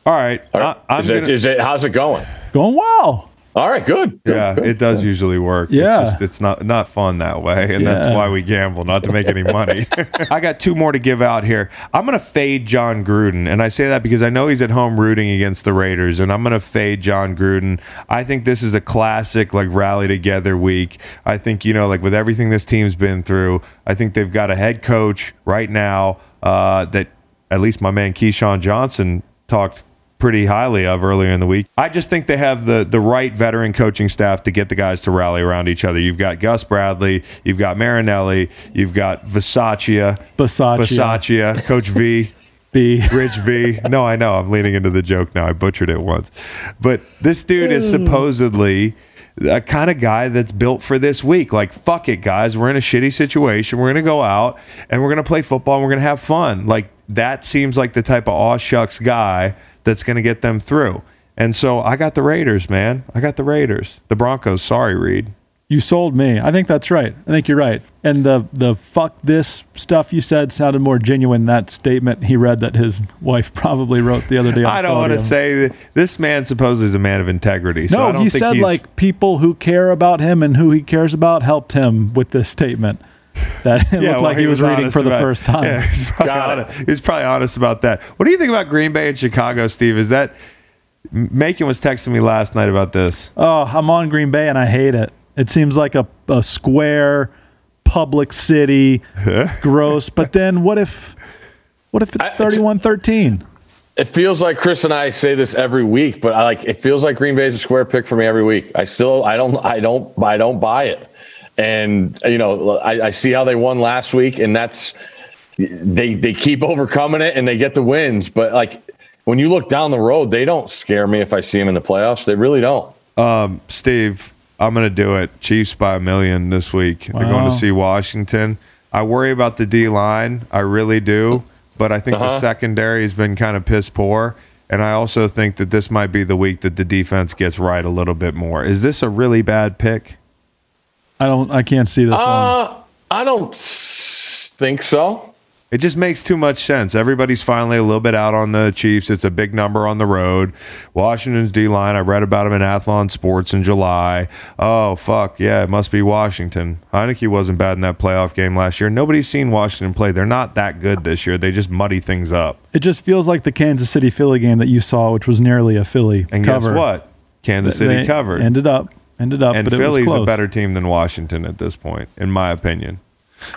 S1: All right.
S9: All
S1: I,
S9: right.
S1: I'm
S9: is, it,
S1: gonna-
S9: is it? How's it going?
S2: Going well.
S9: All right, good. good,
S1: yeah,
S9: good.
S1: it does usually work.
S2: Yeah.
S1: It's, just, it's not not fun that way, and that's
S2: Yeah.
S1: why we gamble, not to make any money. I got two more to give out here. I'm going to fade John Gruden, and I say that because I know he's at home rooting against the Raiders, and I'm going to fade John Gruden. I think this is a classic like rally together week. I think you know like with everything this team's been through, I think they've got a head coach right now uh, that at least my man Keyshawn Johnson talked pretty highly of earlier in the week. I just think they have the the right veteran coaching staff to get the guys to rally around each other. You've got Gus Bradley, you've got Marinelli, you've got Visaccia,
S2: Bisaccia.
S1: Bisaccia, Coach V.
S2: B.
S1: Rich V. No, I know. I'm leaning into the joke now. I butchered it once. But this dude is
S2: Hmm.
S1: supposedly a kind of guy that's built for this week. Like, fuck it, guys. We're in a shitty situation. We're going to go out and we're going to play football and we're going to have fun. Like, that seems like the type of aw shucks guy that's going to get them through. And so I got the Raiders, man. I got the Raiders. The Broncos. Sorry, Reed.
S2: You sold me. I think that's right. I think you're right. And the the fuck this stuff you said sounded more genuine than that statement he read that his wife probably wrote the other day. on
S1: I
S2: the
S1: don't want to
S2: podium.
S1: say that this man supposedly is a man of integrity. so I
S2: No,
S1: don't
S2: he
S1: think
S2: said
S1: he's-
S2: like people who care about him and who he cares about helped him with this statement. That it looked
S1: well,
S2: like he was, reading
S1: honest
S2: for the
S1: about-
S2: first time.
S1: Yeah, he's probably,
S9: Got it.
S1: honest, he's probably honest about that. What do you think about Green Bay and Chicago, Steve? Is that Macon was texting me last night about this?
S2: Oh, I'm on Green Bay and I hate it. It seems like a, a square public city, gross. But then what if what if it's
S9: it's-
S2: 31-13?
S9: It feels like Chris and I say this every week, but I like it feels like Green Bay is a square pick for me every week. I still I don't I don't I don't buy it. And you know, I, I see how they won last week, and that's they they keep overcoming it and they get the wins. But like when you look down the road, they don't scare me if I see them in the playoffs. They really don't.
S1: Steve, I'm going to do it. Chiefs by a million this week. They're going
S2: Wow.
S1: to see Washington. I worry about the D line. I really do. But I think
S9: Uh-huh.
S1: the secondary has been kind of piss poor. And I also think that this might be the week that the defense gets right a little bit more. Is this a really bad pick?
S2: I don't I can't see this one.
S9: Uh, I don't s- think so.
S1: It just makes too much sense. Everybody's finally a little bit out on the Chiefs. It's a big number on the road. Washington's D line. I read about him in Athlon Sports in July. Oh fuck yeah, it must be Washington. Heineke wasn't bad in that playoff game last year. Nobody's seen Washington play. They're not that good this year. They just muddy things up.
S2: It just feels like the Kansas City Philly game that you saw, which was nearly a Philly
S1: And
S2: cover.
S1: guess what? Kansas City
S2: They
S1: covered.
S2: Ended up, ended up,
S1: and
S2: but it
S1: Philly's
S2: was close.
S1: a better team than Washington at this point, in my opinion.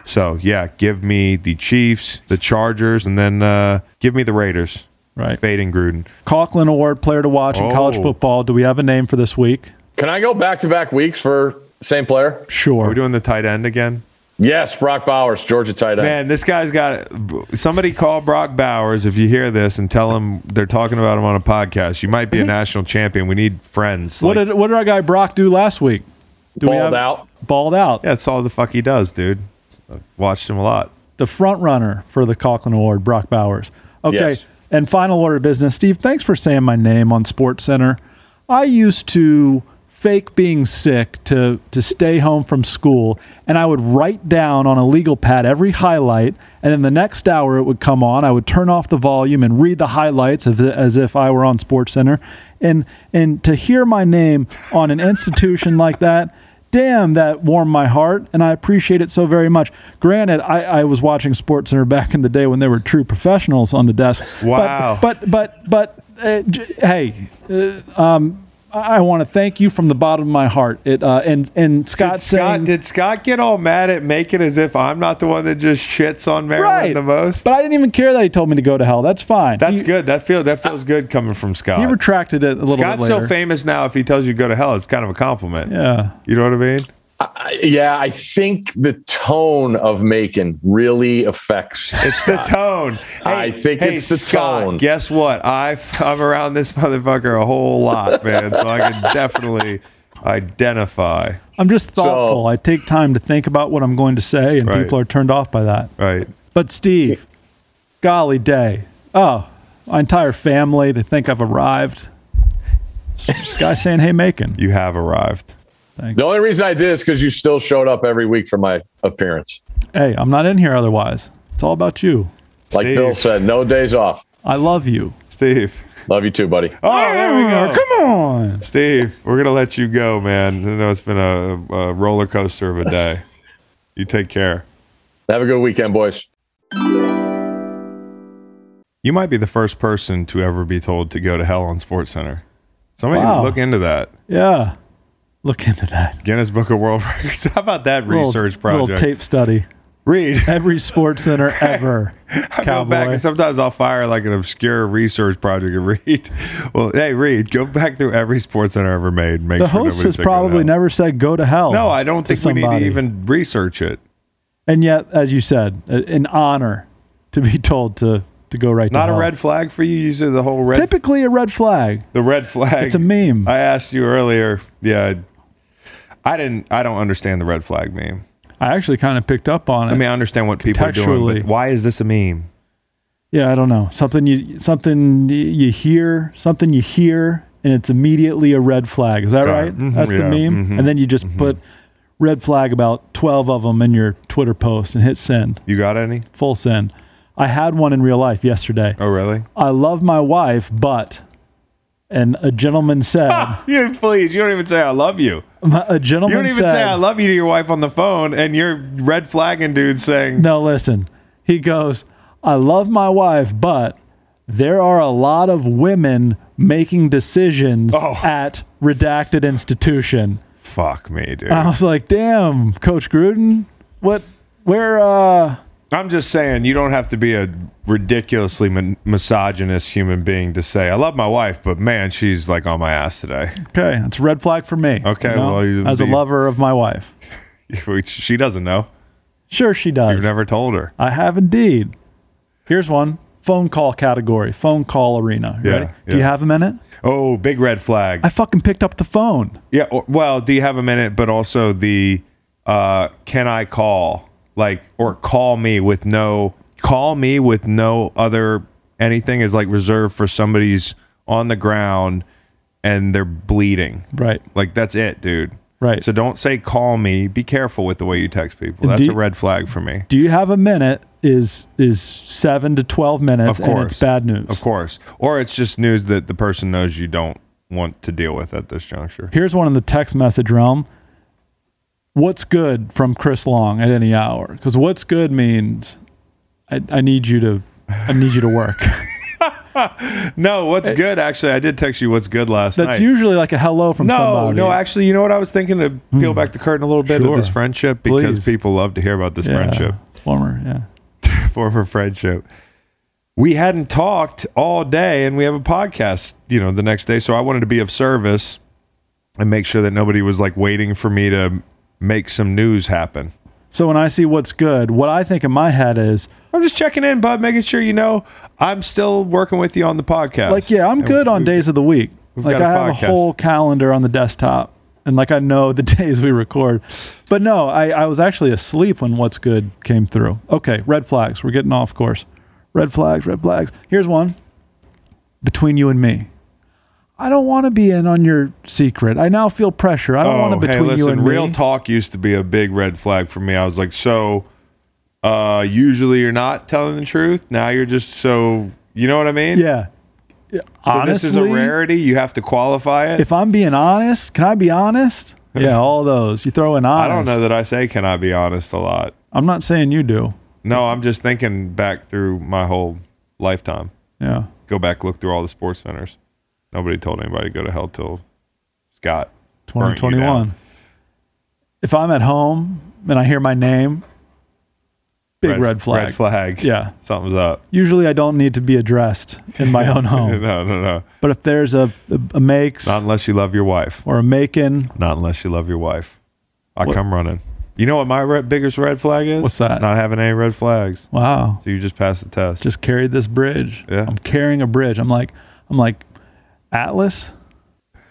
S1: So yeah, give me the Chiefs, the Chargers, and then uh, give me the Raiders.
S2: right.
S1: Fading Gruden.
S2: Coughlin Award player to watch in college
S1: Oh.
S2: football. Do we have a name for this week?
S9: Can I go back to back weeks for same player?
S1: Are
S2: Sure.
S1: we doing the tight end again?
S9: Yes, Brock Bowers, Georgia tight end.
S1: Man, this guy's got. Somebody call Brock Bowers if you hear this and tell him they're talking about him on a podcast. You might be a national champion. We need friends.
S2: what
S1: Like,
S2: did what did our guy Brock do last week? Do
S9: Balled out.
S2: Balled out.
S1: yeah, that's all the fuck he does, dude. I watched him a lot.
S2: The front runner for the Coughlin Award, Brock Bowers. Okay.
S9: Yes.
S2: And final order of business, Steve. Thanks for saying my name on Sports Center. I used to fake being sick to to stay home from school, and I would write down on a legal pad every highlight, and then the next hour it would come on. I would turn off the volume and read the highlights of, as if I were on Sports Center, and and to hear my name on an institution like that. Damn, that warmed my heart, and I appreciate it so very much. Granted, I, I was watching Sports Center back in the day when they were true professionals on the desk. But-
S1: Wow.
S2: But but but, uh, j- hey, uh, um, I want to thank you from the bottom of my heart. It uh, and and Scott
S1: Did Scott,
S2: saying
S1: did Scott get all mad at making as if I'm not the one that just shits on Maryland
S2: right
S1: the most?
S2: But I didn't even care that he told me to go to hell. That's fine.
S1: That's
S2: he, Uh,
S1: good. That feel that feels good coming from Scott.
S2: He retracted it a little
S1: Scott's
S2: bit later.
S1: so famous now. If he tells you to go to hell, it's kind of a compliment.
S2: yeah.
S1: You know what I mean?
S9: Yeah, I think the tone of Macon really affects.
S1: It's the tone.
S9: I think it's the
S1: Scott,
S9: tone.
S1: Guess what? I I'm around this motherfucker a whole lot, man. So I can definitely identify.
S2: I'm just thoughtful. I take time to think about what I'm going to say, and
S1: Right.
S2: people are turned off by that.
S1: Right.
S2: But Steve, golly day. Oh, my entire family, they think I've arrived. This guy saying, hey, Macon.
S1: You have arrived.
S9: The only reason I did is because you still showed up every week for my appearance.
S2: hey, I'm not in here otherwise. It's all about you.
S9: Like
S1: Steve.
S9: Bill said, no days off.
S2: I love you.
S1: Steve.
S9: Love you too, buddy.
S1: Oh, there we go.
S2: Come on.
S1: Steve, we're gonna let you go, man. I know it's been a, a roller coaster of a day. You take care.
S9: Have a good weekend, boys.
S1: You might be the first person to ever be told to go to hell on Sports Center. Somebody
S2: Wow.
S1: look into that.
S2: Yeah. Look into that.
S1: Guinness Book of World Records. How about that research
S2: little,
S1: project?
S2: Little tape study.
S1: Read.
S2: Every sports center ever.
S1: I go back
S2: Cowboy.
S1: and sometimes I'll fire like an obscure research project and read. Well, hey, read. Go back through every sports center ever made. Make
S2: The
S1: sure
S2: host
S1: nobody's
S2: has
S1: figured it
S2: probably
S1: out.
S2: never said go to hell.
S1: No, I don't
S2: to
S1: think we need
S2: somebody.
S1: to even research it.
S2: And yet, as you said, a- an honor to be told to to go right.
S1: Not
S2: to
S1: a
S2: hell.
S1: red flag for you. Usually the whole red
S2: Typically, a red flag.
S1: the red flag.
S2: It's a meme.
S1: I asked you earlier. Yeah, I didn't. I don't understand the red flag meme.
S2: I actually kind of picked up on it.
S1: I mean, I understand what people are doing.
S2: Contextually.
S1: But why is this a meme?
S2: yeah, I don't know something you something y- you hear something you hear and it's immediately a red flag. Is that
S1: Got it.
S2: right?
S1: Mhm,
S2: That's the
S1: yeah,
S2: meme.
S1: mhm,
S2: and then you just put red flag about twelve of them in your Twitter post and hit send.
S1: You got any?
S2: Full send. I had one in real life yesterday.
S1: Oh, really?
S2: I love my wife, but. And a gentleman said,
S1: You please. You don't even say I love you.
S2: my- a gentleman
S1: You don't even
S2: said,
S1: say I love you to your wife on the phone, and you're red flagging dude saying
S2: No, listen. He goes, I love my wife, but there are a lot of women making decisions
S1: Oh.
S2: at redacted institution.
S1: "Fuck me, dude."
S2: I was like, damn, Coach Gruden, what where uh
S1: I'm just saying you don't have to be a ridiculously min- misogynist human being to say I love my wife, but man, she's like on my ass today.
S2: Okay, it's a red flag for me.
S1: Okay, well, you-
S2: as a
S1: you-
S2: lover of my wife.
S1: she doesn't know.
S2: Sure she does.
S1: You've never told her.
S2: I have indeed. Here's one. Phone call category, phone call arena. You
S1: Yeah,
S2: ready? Do you
S1: yeah.
S2: have a minute?
S1: Oh, big red flag.
S2: I fucking picked up the phone.
S1: Yeah. Or, well, do you have a minute? But also the uh, can I call like or call me with no call me with no other anything is like reserved for somebody's on the ground and they're bleeding.
S2: Right.
S1: Like that's it, dude.
S2: Right.
S1: So don't say call me. Be careful with the way you text people.
S2: And
S1: That's
S2: do-
S1: a red flag for me.
S2: do you have a minute is is seven to twelve minutes
S1: Of course.
S2: and it's bad news
S1: Of course. Or it's just news that the person knows you don't want to deal with at this juncture.
S2: here's one in the text message realm what's good from chris long at any hour because what's good means I, I need you to i need you to work
S1: No, what's good actually I did text you what's good last night.
S2: that's usually like a hello from
S1: No,
S2: somebody Hmm.
S1: no, actually, you know what I was thinking to peel back the curtain a little bit
S2: Sure.
S1: of this friendship because
S2: Please.
S1: people love to hear about this
S2: Yeah,
S1: friendship,
S2: former yeah
S1: former friendship. We hadn't talked all day and we have a podcast, you know, the next day, so I wanted to be of service and make sure that nobody was like waiting for me to make some news happen.
S2: so when i see what's good what i think in my head is
S1: I'm just checking in, bud, making sure you know I'm still working with you on the podcast.
S2: like yeah i'm
S1: And
S2: good on
S1: we-
S2: days of the week like
S1: got a
S2: i have
S1: podcast.
S2: a whole calendar on the desktop and like i know the days we record but no I, I was actually asleep when what's good came through okay red flags we're getting off course red flags red flags here's one between you and me i don't want to be in on your secret i now feel pressure i don't want to
S1: Oh, hey,
S2: between you
S1: listen,
S2: and
S1: real
S2: me
S1: talk used to be a big red flag for me. I was like, so uh, usually you're not telling the truth. Now you're just so you know what I mean?
S2: yeah
S1: So this is a
S2: Honestly,
S1: rarity. You have to qualify it.
S2: if i'm being honest can i be honest yeah all those you throw in
S1: I
S2: honest
S1: don't know that I say can I be honest a lot.
S2: i'm not saying you do
S1: No, I'm just thinking back through my whole lifetime.
S2: yeah
S1: Go back, look through all the sports centers. Nobody told anybody to go to hell till Scott. burnt you down.
S2: 2021. If I'm at home and I hear my name, big red, flag.
S1: Red flag.
S2: Yeah.
S1: Something's up.
S2: Usually I don't need to be addressed in my own home.
S1: No, no, no.
S2: But if there's a, a, a makes
S1: Not unless you love your wife.
S2: or a making,
S1: Not unless you love your wife. I come running. You know what my red, biggest red flag is?
S2: What's that?
S1: Not having any red flags.
S2: wow,
S1: So you just pass the test.
S2: just carried this bridge.
S1: Yeah.
S2: I'm carrying a bridge. I'm like, I'm like, Atlas?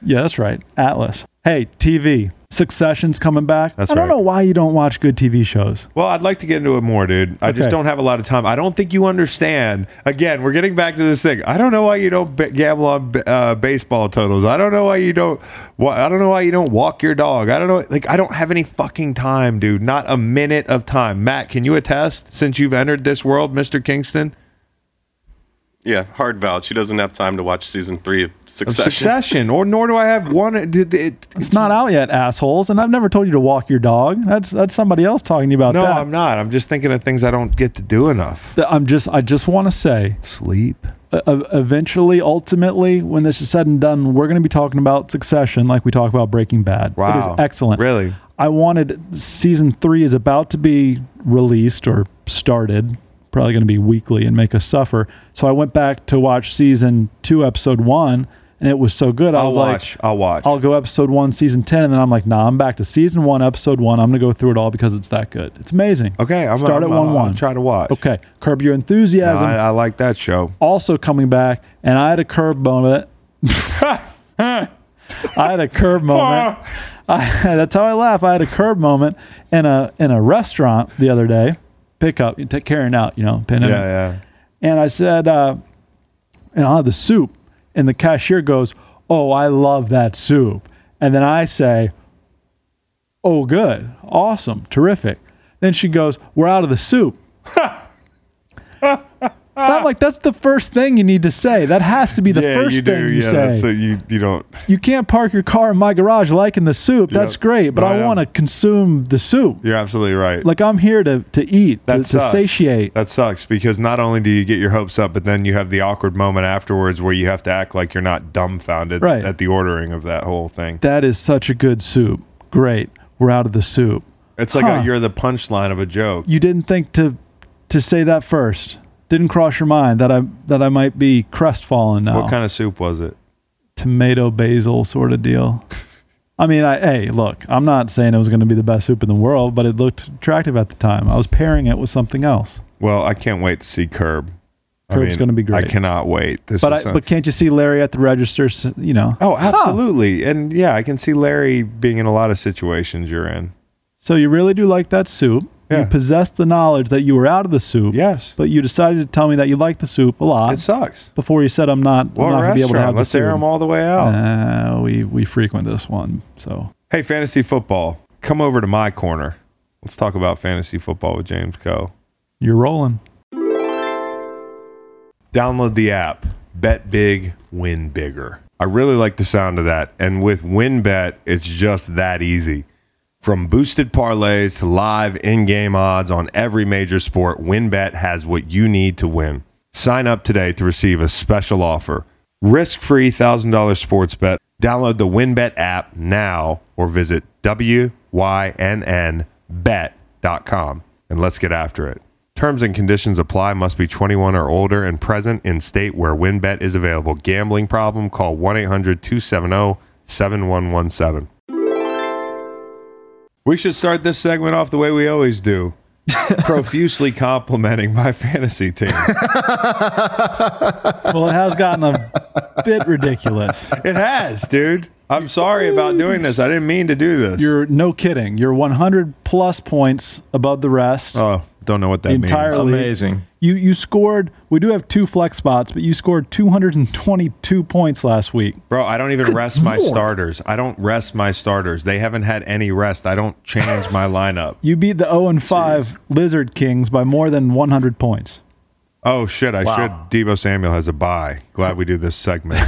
S2: Yeah, that's right. Atlas. Hey, TV. Succession's coming back.
S1: That's
S2: I don't
S1: right.
S2: know why you don't watch good TV shows.
S1: well, I'd like to get into it more, dude. I just
S2: Okay.
S1: don't have a lot of time. I don't think you understand. Again, we're getting back to this thing. I don't know why you don't b- gamble on b- uh, baseball totals. I don't know why you don't. Why, I don't know why you don't walk your dog. I don't know. Like I don't have any fucking time, dude. Not a minute of time. Matt, can you attest since you've entered this world, Mister Kingston?
S10: Yeah, hard vouch. She doesn't have time to watch season three of
S1: Of
S10: Succession.
S1: succession, or nor do I have one. Did it,
S2: It's not out yet, assholes. And I've never told you to walk your dog. That's that's somebody else talking to you about
S1: No,
S2: that.
S1: I'm not. I'm just thinking of things I don't get to do enough.
S2: Th- I'm just I just want to say,
S1: Sleep.
S2: uh, uh, eventually, ultimately, when this is said and done, we're going to be talking about Succession, like we talk about Breaking Bad. It
S1: Wow.
S2: is excellent.
S1: Really?
S2: I wanted season three is about to be released or started, probably going to be weekly and make us suffer. So I went back to watch season two, episode one, and it was so good. I
S1: I'll
S2: was
S1: watch.
S2: like,
S1: I'll watch.
S2: I'll go episode one, season 10, and then I'm like, nah, I'm back to season one, episode one. I'm going to go through it all because it's that good. It's amazing.
S1: okay, I'm
S2: Start
S1: I'm-
S2: at
S1: I'll-
S2: 1 1.
S1: I'll Try to watch.
S2: Okay. Um, Curb Your
S1: No,
S2: Enthusiasm,
S1: I, I like that show.
S2: also coming back, and I had a curb moment. I had a curb moment. I, that's how I laugh. I had a curb moment in a in a restaurant the other day, pickup, you take carrying out, you know, pandemic.
S1: Yeah,
S2: And I said, uh, and I'll have the soup. And the cashier goes, Oh, I love that soup. And then I say, Oh, good. Awesome. Terrific. Then she goes, We're out of the soup. And I'm like, That's the first thing you need to say. That has to be the
S1: yeah. yeah,
S2: first
S1: you
S2: thing
S1: do.
S2: you
S1: yeah,
S2: say
S1: that's the, you. You don't.
S2: you can't park your car in my garage liking the soup. That's great, but
S1: No, I
S2: I
S1: know.
S2: want to consume the soup.
S1: You're absolutely right.
S2: Like I'm here to to eat, to,
S1: that
S2: to
S1: sucks.
S2: satiate.
S1: That sucks because not only do you get your hopes up, but then you have the awkward moment afterwards where you have to act like you're not dumbfounded
S2: Right.
S1: at the ordering of that whole thing.
S2: That is such a good soup. Great, we're out of the soup.
S1: It's like
S2: Huh.
S1: a, you're the punchline of a joke.
S2: You didn't think to to say that first. Didn't cross your mind that I that I might be crestfallen now.
S1: What kind of soup was it?
S2: tomato basil sort of deal? I mean, I hey, look, I'm not saying it was going to be the best soup in the world, but it looked attractive at the time. I was pairing it with something else.
S1: Well, I can't wait to see Curb. I
S2: Curb's
S1: mean,
S2: gonna be great.
S1: I cannot wait. This
S2: But
S1: is
S2: I,
S1: some-
S2: but can't you see Larry at the register? s- You know.
S1: oh, absolutely, and yeah, I can see Larry being in a lot of situations you're in.
S2: So you really do like that soup.
S1: Yeah.
S2: You possess the knowledge that you were out of the soup.
S1: Yes,
S2: But you decided to tell me that you liked the soup a lot
S1: it sucks.
S2: before you said I'm not,
S1: What
S2: I'm not going to be able to have
S1: restaurant? Let's
S2: the soup.
S1: air them all the way out.
S2: Uh, we we frequent this one. So
S1: Hey, fantasy football, come over to my corner. Let's talk about fantasy football with James Coe.
S2: you're rolling.
S1: Download the app. Bet big, win bigger. I really like the sound of that. And with WinBet, it's just that easy. From boosted parlays to live in game odds on every major sport, WinBet has what you need to win. Sign up today to receive a special offer risk free $1,000 sports bet. Download the WinBet app now or visit WYNNBet.com and let's get after it. Terms and conditions apply. Must be 21 or older and present in state where WinBet is available. Gambling problem? Call 1 800 270 7117. We should start this segment off the way we always do. Profusely complimenting my fantasy team.
S2: Well, it has gotten a bit ridiculous.
S1: It has, dude. I'm sorry about doing this. I didn't mean to do this.
S2: You're no kidding. You're 100 plus points above the rest.
S1: oh, don't know what that means.
S2: entirely
S11: Amazing.
S2: You you scored. We do have two flex spots, but you scored 222 points last week.
S1: Bro, I don't even rest my starters. I don't rest my starters. They haven't had any rest. I don't change my lineup.
S2: You beat the 0 and 5 Lizard Kings by more than 100 points.
S1: Oh shit, I should. Debo Samuel has a bye. Glad we do this segment.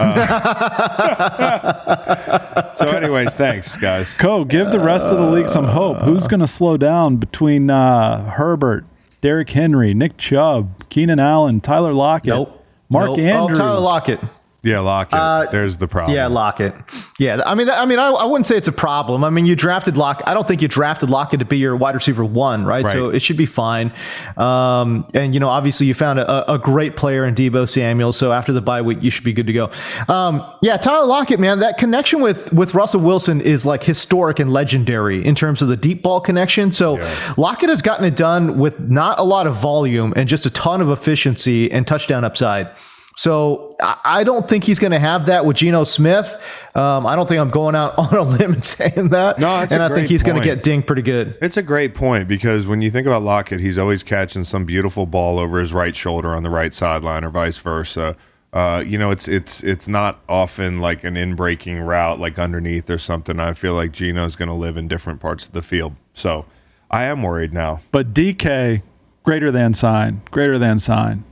S1: Uh, so, anyways, thanks, guys.
S2: Co, give the rest of the league some hope. Who's going to slow down between uh, Herbert, Derrick Henry, Nick Chubb, Keenan Allen, Tyler Lockett,
S11: Nope.
S2: Mark
S11: Nope.
S2: Andrews?
S11: Oh, Tyler Lockett.
S1: Yeah, Lockett.
S2: Uh,
S1: There's the problem.
S11: Yeah, Lockett. Yeah, I mean, I mean, I, I wouldn't say it's a problem. I mean, you drafted Lock. I don't think you drafted Lockett to be your wide receiver one, right? So
S1: Right.
S11: it should be fine. Um, and you know, obviously, you found a, a great player in Debo Samuel. So after the bye week, you should be good to go. Um, yeah, Tyler Lockett, man, that connection with with Russell Wilson is like historic and legendary in terms of the deep ball connection. So Lockett has gotten it done with not a lot of volume and just a ton of efficiency and touchdown upside. So I I don't think he's going to have that with Geno Smith. Um, I don't think I'm going out on a limb and saying that.
S1: No, that's a
S11: and I
S1: great
S11: think he's going
S1: point.
S11: to get dinged pretty good.
S1: It's a great point because when you think about Lockett, he's always catching some beautiful ball over his right shoulder on the right sideline, or vice versa. Uh, you know, it's it's it's not often like an in-breaking route, like underneath or something. I feel like Gino's going to live in different parts of the field, so I am worried now.
S2: But DK, greater than sign, greater than sign,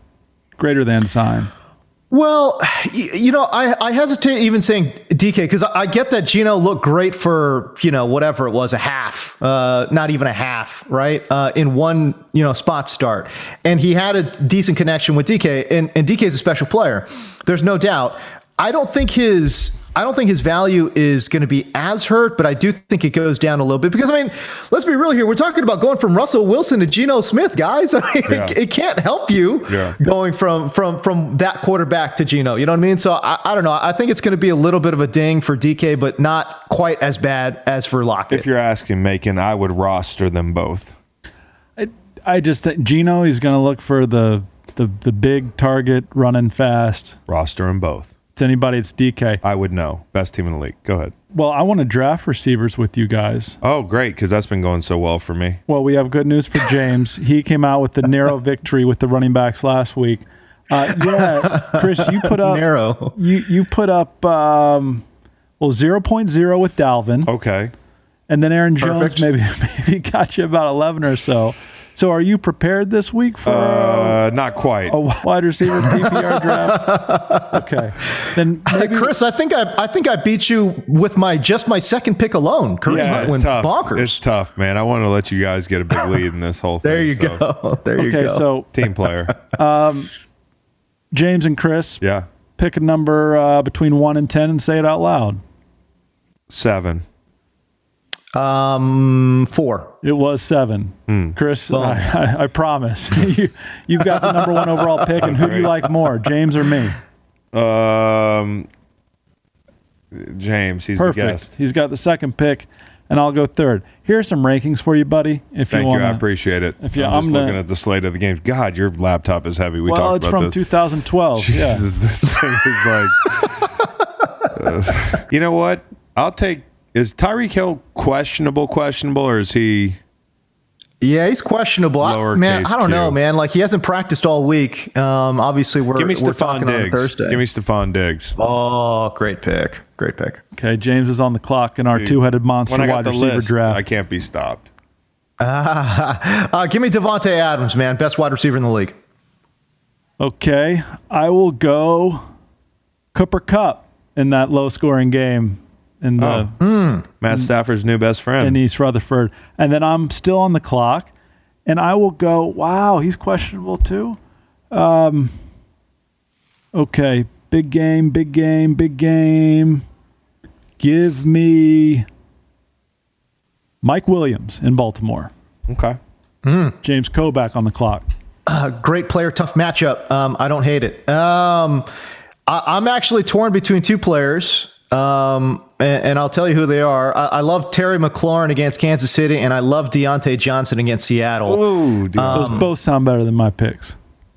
S2: greater than sign.
S11: Well, y- you know, I, I hesitate even saying DK because I, I get that Gino looked great for, you know, whatever it was, a half, uh, not even a half, right? Uh, in one, you know, spot start. And he had a decent connection with DK, and, and DK is a special player. There's no doubt. I don't think his I don't think his value is going to be as hurt, but I do think it goes down a little bit because I mean, let's be real here. We're talking about going from Russell Wilson to Geno Smith, guys. I mean,
S1: Yeah.
S11: it, it can't help you
S1: Yeah.
S11: going from from from that quarterback to Geno. You know what I mean? So I, I don't know. I think it's going to be a little bit of a ding for DK, but not quite as bad as for Lockett.
S1: If you're asking Macon, I would roster them both.
S2: I, I just think Gino is going to look for the, the the big target running fast.
S1: Roster them both.
S2: It's anybody. It's DK.
S1: I would know. Best team in the league. Go ahead.
S2: Well, I want to draft receivers with you guys.
S1: Oh, great, because that's been going so well for me.
S2: Well, we have good news for James. he came out with the narrow victory with the running backs last week. Uh, yeah, Chris, you put up
S11: Narrow.
S2: You you put up um, well 0.0 with Dalvin,
S1: Okay.
S2: and then Aaron Jones
S11: Oh, Perfect.
S2: maybe maybe got you about 11 or so. So, are you prepared this week for
S1: Uh, not quite.
S2: a wide receiver PPR draft? Okay, then
S11: Hey, Chris, I think I, I think I beat you with my just my second pick alone. Kareem
S1: yeah,
S11: Hunt
S1: it's
S11: went
S1: tough.
S11: bonkers.
S1: It's tough, man. I want to let you guys get a big lead in this whole thing.
S11: there you
S1: so-
S11: go. There you
S2: okay.
S11: go.
S2: So
S1: Team player.
S2: James and Chris,
S1: Yeah.
S2: pick a number uh, between one and ten and say it out loud.
S1: Seven.
S11: um, four.
S2: It was seven.
S1: Hmm.
S2: Chris, I, I, I promise. you, you've got the number one overall pick, and who do you like more, James or me?
S1: Um, James, he's the
S2: Perfect.
S1: guest.
S2: He's got the second pick, and I'll go third. Here are some rankings for you, buddy. If
S1: Thank
S2: you
S1: you.
S2: want,
S1: I appreciate it.
S2: if you-
S1: I'm,
S2: I'm
S1: just
S2: the-
S1: looking at the slate of the games. God, your laptop is heavy. We
S2: Well,
S1: talked
S2: it's
S1: about
S2: from
S1: this.
S2: 2012. Yeah.
S1: Jesus, this thing is like. Uh, you know what? I'll take. Is Tyreek Hill questionable? Questionable, or is he?
S11: Yeah, he's questionable. I,
S1: Lowercase
S11: man, I don't know,
S1: q.
S11: man. Like he hasn't practiced all week. Um, obviously we're
S1: Give me
S11: we're
S1: Stephon
S11: talking on
S1: Diggs.
S11: Thursday.
S1: Give me Stephon Diggs.
S11: oh, great pick. Great pick.
S2: Okay, James is on the clock in our
S1: Dude,
S2: two-headed monster
S1: When I got
S2: wide
S1: the
S2: receiver
S1: list,
S2: draft.
S1: I can't be stopped.
S11: Uh, give me Devonte Adams, man. Best wide receiver in the league.
S2: Okay, I will go Cooper Cup in that low-scoring game in the
S1: Oh. Matt
S2: Mm.
S1: Stafford's new best friend.
S2: in East Rutherford. And then I'm still on the clock, and I will go. Wow, he's questionable too. Um, okay, big game, big game, big game. Give me Mike Williams in Baltimore.
S1: okay.
S2: James Kobach on the clock.
S11: Uh, great player, tough matchup. Um, I don't hate it. Um, I, I'm actually torn between two players, um, and, and I'll tell you who they are. I, I love Terry McLaurin against Kansas City, and I love Deontay Johnson against Seattle.
S1: Ooh, dude.
S2: Those both sound better than my picks.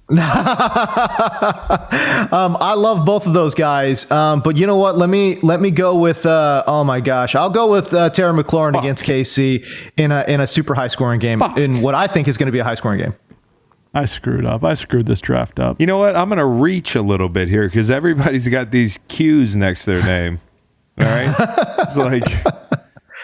S11: Um, I love both of those guys, um, but you know what? Let me let me go with. Uh, oh my gosh, I'll go with uh, Terry McLaurin against KC in a in a super high scoring game in what I think is going to be a high scoring game.
S2: I screwed up. I screwed this draft up.
S1: you know what? I'm going to reach a little bit here because everybody's got these Q's next to their name. All right. it's like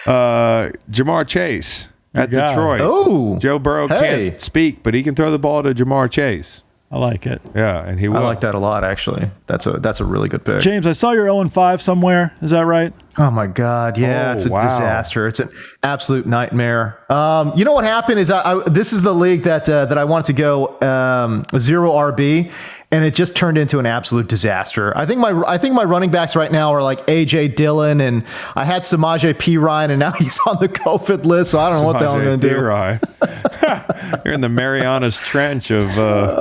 S1: uh, Jamar Chase at
S2: guy.
S1: Detroit.
S11: Oh,
S1: Joe Burrow
S11: Hey.
S1: can't speak, but he can throw the ball to Jamar Chase.
S2: I like it.
S1: Yeah, and he will.
S11: I like that a lot. Actually, that's a that's a really good pick.
S2: James, I saw you're 0 5 somewhere. Is that right?
S11: Oh my God! Yeah,
S1: Oh,
S11: it's a
S1: wow.
S11: disaster. It's an absolute nightmare. Um, you know what happened is I, I this is the league that uh, that I want to go um, zero RB, and it just turned into an absolute disaster. I think my I think my running backs right now are like AJ Dillon, and I had Samaje P Ryan, and now he's on the COVID list. So I don't know what the hell I'm going to do.
S1: do. You're in the Marianas Trench of, uh,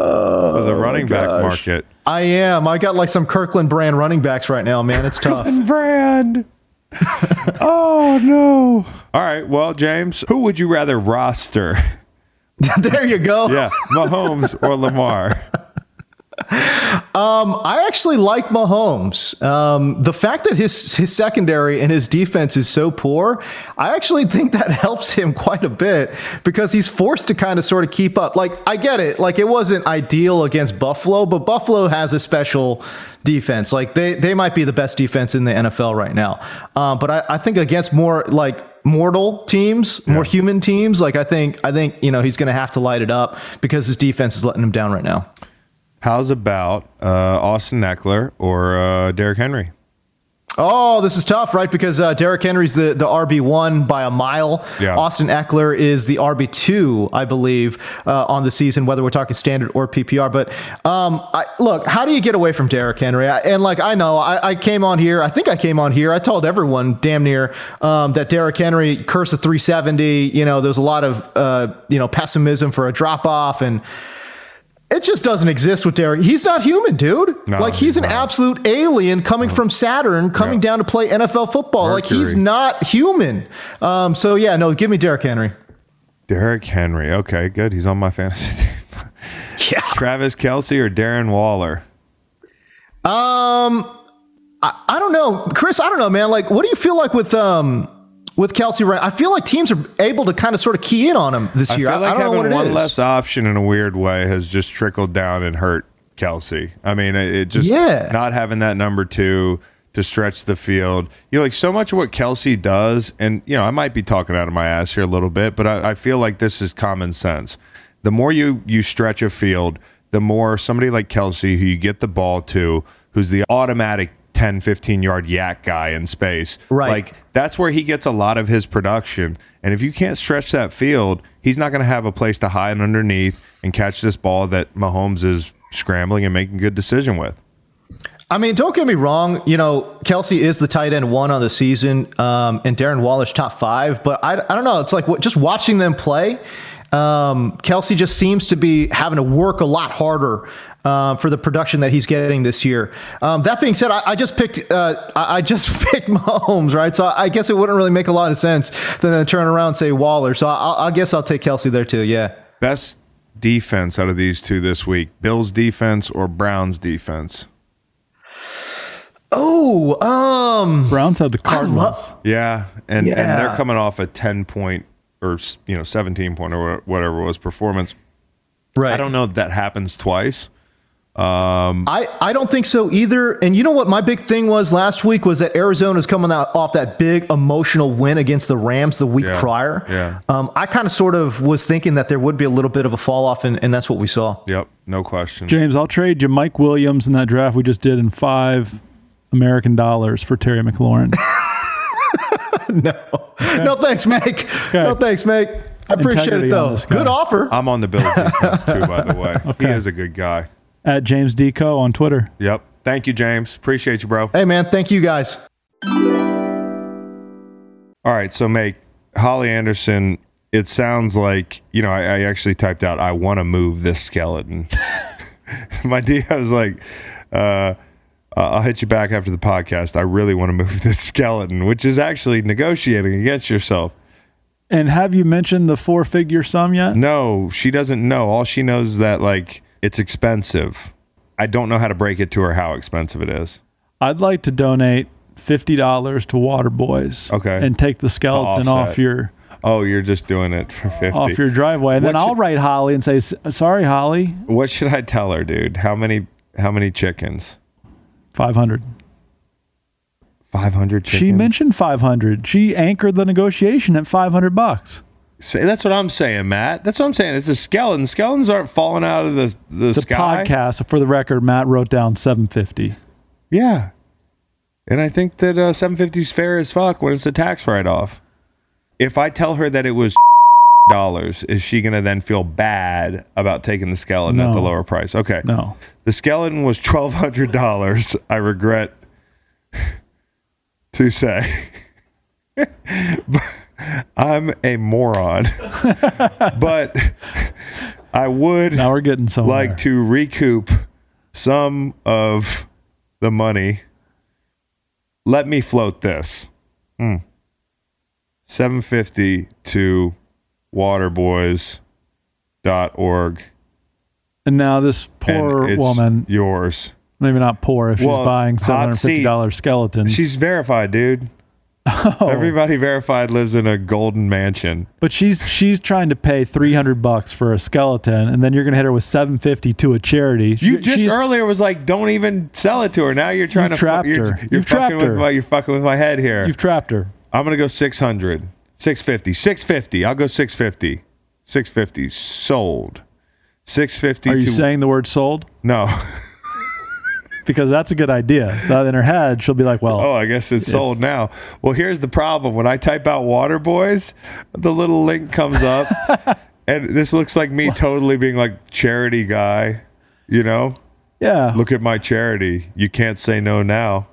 S1: of the running back
S11: Oh, gosh.
S1: market.
S11: I am. I got like some Kirkland brand running backs right now, man. It's tough.
S1: Brand. oh no! All right, well, James, who would you rather roster?
S11: there you go.
S1: Yeah, Mahomes or Lamar?
S11: I actually like Mahomes. Um, the fact that his his secondary and his defense is so poor, I actually think that helps him quite a bit because he's forced to kind of sort of keep up. Like I get it, like it wasn't ideal against Buffalo, but Buffalo has a special defense. Like they they might be the best defense in the NFL right now. Um, but I, I think against more like mortal teams, more human teams, like I think I think you know he's going to have to light it up because his defense is letting him down right now.
S1: How's about uh, Austin Eckler or uh, Derrick Henry?
S11: Oh, this is tough, right? Because uh, Derrick Henry's the, the RB1 by a mile.
S1: Yeah.
S11: Austin Eckler is the RB2, I believe, uh, on the season, whether we're talking standard or PPR. But um, I, look, how do you get away from Derrick Henry? I, and, like, I know I, I came on here, I think I came on here, I told everyone damn near um, that Derrick Henry curse of 370. You know, there's a lot of, uh, you know, pessimism for a drop off and. It just doesn't exist with Derek. He's not human, dude.
S1: No,
S11: like he's an
S1: he's not.
S11: absolute alien coming from Saturn, coming
S1: Yeah.
S11: down to play NFL football. Like he's
S1: Mercury.
S11: not human. Um, so yeah, no, give me Derrick Henry.
S1: Derrick Henry. Okay, good. He's on my fantasy team.
S11: Yeah.
S1: Travis Kelsey or Darren Waller?
S11: Um, I, I don't know, Chris. I don't know, man. Like, what do you feel like with um with Kelsey? Right, I feel like teams are able to kind of sort of key in on him this
S1: I
S11: year.
S1: feel like
S11: I, I don't know what
S1: having
S11: it is.
S1: one less option in a weird way has just trickled down and hurt Kelsey. I mean, it, it just
S11: Yeah.
S1: not having that number two to stretch the field. You know, like so much of what Kelsey does, and you know, I might be talking out of my ass here a little bit, but I, I feel like this is common sense. The more you you stretch a field, the more somebody like Kelsey, who you get the ball to, who's the automatic 10, 15 yard yak guy in space,
S11: Right.
S1: Like that's where he gets a lot of his production. And if you can't stretch that field, he's not going to have a place to hide underneath and catch this ball that Mahomes is scrambling and making good decision with.
S11: I mean, don't get me wrong. You know, Kelsey is the tight end one on the season, um, and Darren Waller's top five. But I, I don't know. It's like what, just watching them play. Um, Kelsey just seems to be having to work a lot harder uh, for the production that he's getting this year. Um, that being said, I, I just picked. Uh, I, I just picked Mahomes, right? So I guess it wouldn't really make a lot of sense then to turn around and say Waller. So I, I guess I'll take Kelsey there too. Yeah.
S1: Best defense out of these two this week Bills defense or Browns defense?
S11: Oh, um,
S2: Browns had the Cardinals.
S1: Yeah. And, and
S11: Yeah.
S1: they're coming off a 10 point or, you know, 17 point or whatever it was performance.
S11: right.
S1: I don't know if that happens twice.
S11: I, I don't think so either. And you know what my big thing was last week was that Arizona's coming out off that big emotional win against the Rams the week
S1: Yeah,
S11: prior.
S1: yeah.
S11: Um, I kind of sort of was thinking that there would be a little bit of a fall off, and, and that's what we saw.
S1: Yep. No question.
S2: James, I'll trade you Mike Williams in that draft we just did in five American dollars for Terry McLaurin.
S11: No thanks, Mike. No thanks, Mike. I appreciate
S2: Integrity
S11: it
S2: on
S11: though.
S2: this guy. Uh,
S11: Good offer.
S1: I'm on the Bills defense too, by the way. He is a good guy.
S2: At James Deco on Twitter.
S1: Yep. Thank you, James. Appreciate you, bro.
S11: hey man, thank you guys.
S1: All right, so make Holly Anderson. It sounds like you know. I, I actually typed out, "I want to move this skeleton." My D, I was like, uh, uh, "I'll hit you back after the podcast." I really want to move this skeleton, which is actually negotiating against yourself.
S2: And have you mentioned the four figure sum yet?
S1: No, she doesn't know. All she knows is that like it's expensive. I don't know how to break it to her how expensive it is.
S2: I'd like to donate fifty dollars to Waterboys.
S1: Okay.
S2: And take the skeleton off
S1: offset.
S2: your
S1: Oh, you're just doing it for fifty.
S2: off your driveway. And then
S1: What
S2: I'll
S1: should-
S2: write Holly and say, "S- sorry, Holly,
S1: what should I tell her, dude? How many? How many chickens?
S2: five hundred.
S1: Five hundred chickens.
S2: She mentioned five hundred. She anchored the negotiation at five hundred bucks.
S1: Say, that's what I'm saying, Matt. That's what I'm saying. It's a skeleton. Skeletons aren't falling out of the the,
S2: The
S1: sky.
S2: podcast, for the record, Matt wrote down seven fifty.
S1: Yeah, and I think that uh, 750 is fair as fuck when it's a tax write off. If I tell her that it was dollars, is she gonna then feel bad about taking the skeleton at
S2: No.
S1: the lower price? Okay,
S2: No.
S1: The skeleton was twelve hundred dollars. I regret to say, I'm a moron. but I would
S2: Now we're getting somewhere.
S1: like to recoup some of the money. Let me float this. Hmm. 750 to waterboys.org.
S2: and now this
S1: and
S2: poor
S1: it's
S2: woman,
S1: Yours.
S2: maybe not poor if
S1: Well,
S2: she's buying seven
S1: hot
S2: hundred
S1: seat.
S2: fifty dollars skeletons.
S1: She's verified, dude.
S2: Oh.
S1: Everybody verified lives in a golden mansion.
S2: But she's she's trying to pay three hundred bucks for a skeleton, and then you're gonna hit her with seven fifty to a charity.
S1: You
S2: She-
S1: just
S2: she's-
S1: earlier was like, "Don't even sell it to her." Now you're trying
S2: You've
S1: to fu-
S2: trapped
S1: you're,
S2: her.
S1: You're
S2: You've
S1: fucking
S2: trapped
S1: with
S2: her.
S1: my you're fucking with my head here.
S2: you've trapped her.
S1: I'm gonna go 600, 650, 650. I'll go 650, 650 sold. 650.
S2: Are you
S1: to,
S2: saying the word sold?
S1: no?
S2: because that's a good idea. But in her head, she'll be like, well,
S1: Oh, I guess it's, sold now. Well, here's the problem. When I type out water boys, the little link comes up. and this looks like me totally being like charity guy, you know?
S2: Yeah.
S1: Look at my charity. You can't say no now.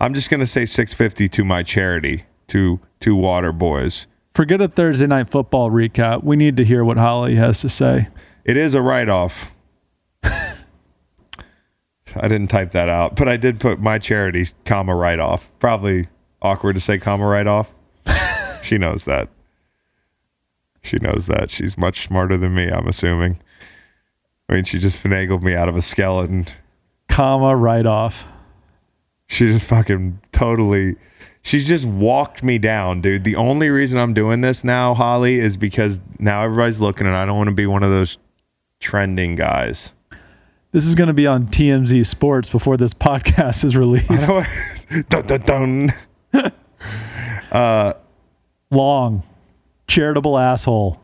S1: I'm just going to say 650 to my charity, to to water boys.
S2: forget a Thursday night football recap. We need to hear what Holly has to say.
S1: It is a write off. I didn't type that out, but I did put my charity, comma, write off. Probably awkward to say comma write off. she knows that. She knows that. She's much smarter than me, I'm assuming. I mean, she just finagled me out of a skeleton.
S2: Comma write off.
S1: She just fucking totally. She's just walked me down, dude. The only reason I'm doing this now, Holly, is because now everybody's looking and I don't want to be one of those trending guys.
S2: This is going to be on TMZ Sports before this podcast is released.
S1: dun, dun, dun. uh,
S2: Long, charitable asshole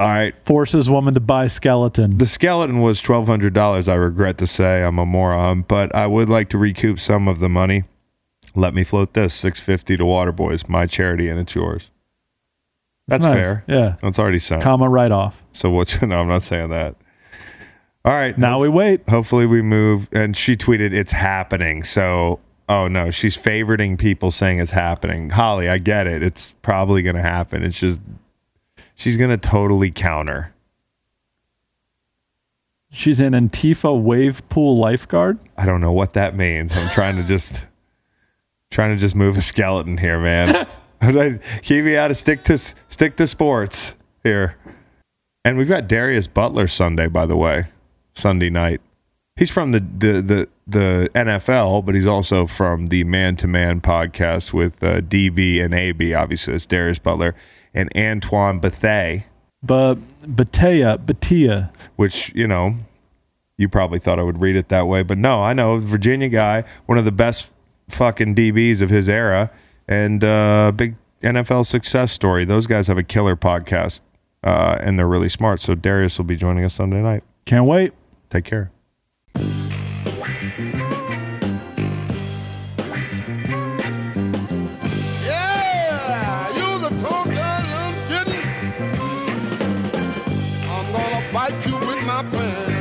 S1: all right.
S2: forces woman to buy skeleton.
S1: The skeleton was twelve hundred dollars. I regret to say I'm a moron, but I would like to recoup some of the money. Let me float this six fifty to Waterboys, my charity, and it's yours. That's,
S2: nice.
S1: fair.
S2: Yeah.
S1: that's already signed.
S2: Comma write off.
S1: so what? No, I'm not saying that. All right.
S2: Now we wait.
S1: hopefully we move and she tweeted it's happening so oh no she's favoriting people saying it's happening holly i get it it's probably going to happen it's just she's going to totally counter
S2: She's an Antifa wave pool lifeguard.
S1: i don't know what that means i'm trying to just trying to just move a skeleton here man keep me out of stick to stick to sports here and we've got darius butler sunday by the way sunday night He's from the the the, the NFL, but he's also from the Man to Man podcast with uh, DB and AB. Obviously, it's Darius Butler and Antoine Bethea,
S2: But Batea, Batia.
S1: which you know you probably thought I would read it that way, but no, I know Virginia guy, one of the best fucking DBs of his era, and uh, big NFL success story. Those guys have a killer podcast, uh, and they're really smart. So Darius will be joining us Sunday night.
S2: Can't wait.
S1: Take care.
S3: Yeah, you the tongue that I'm getting. I'm gonna bite you with my pen.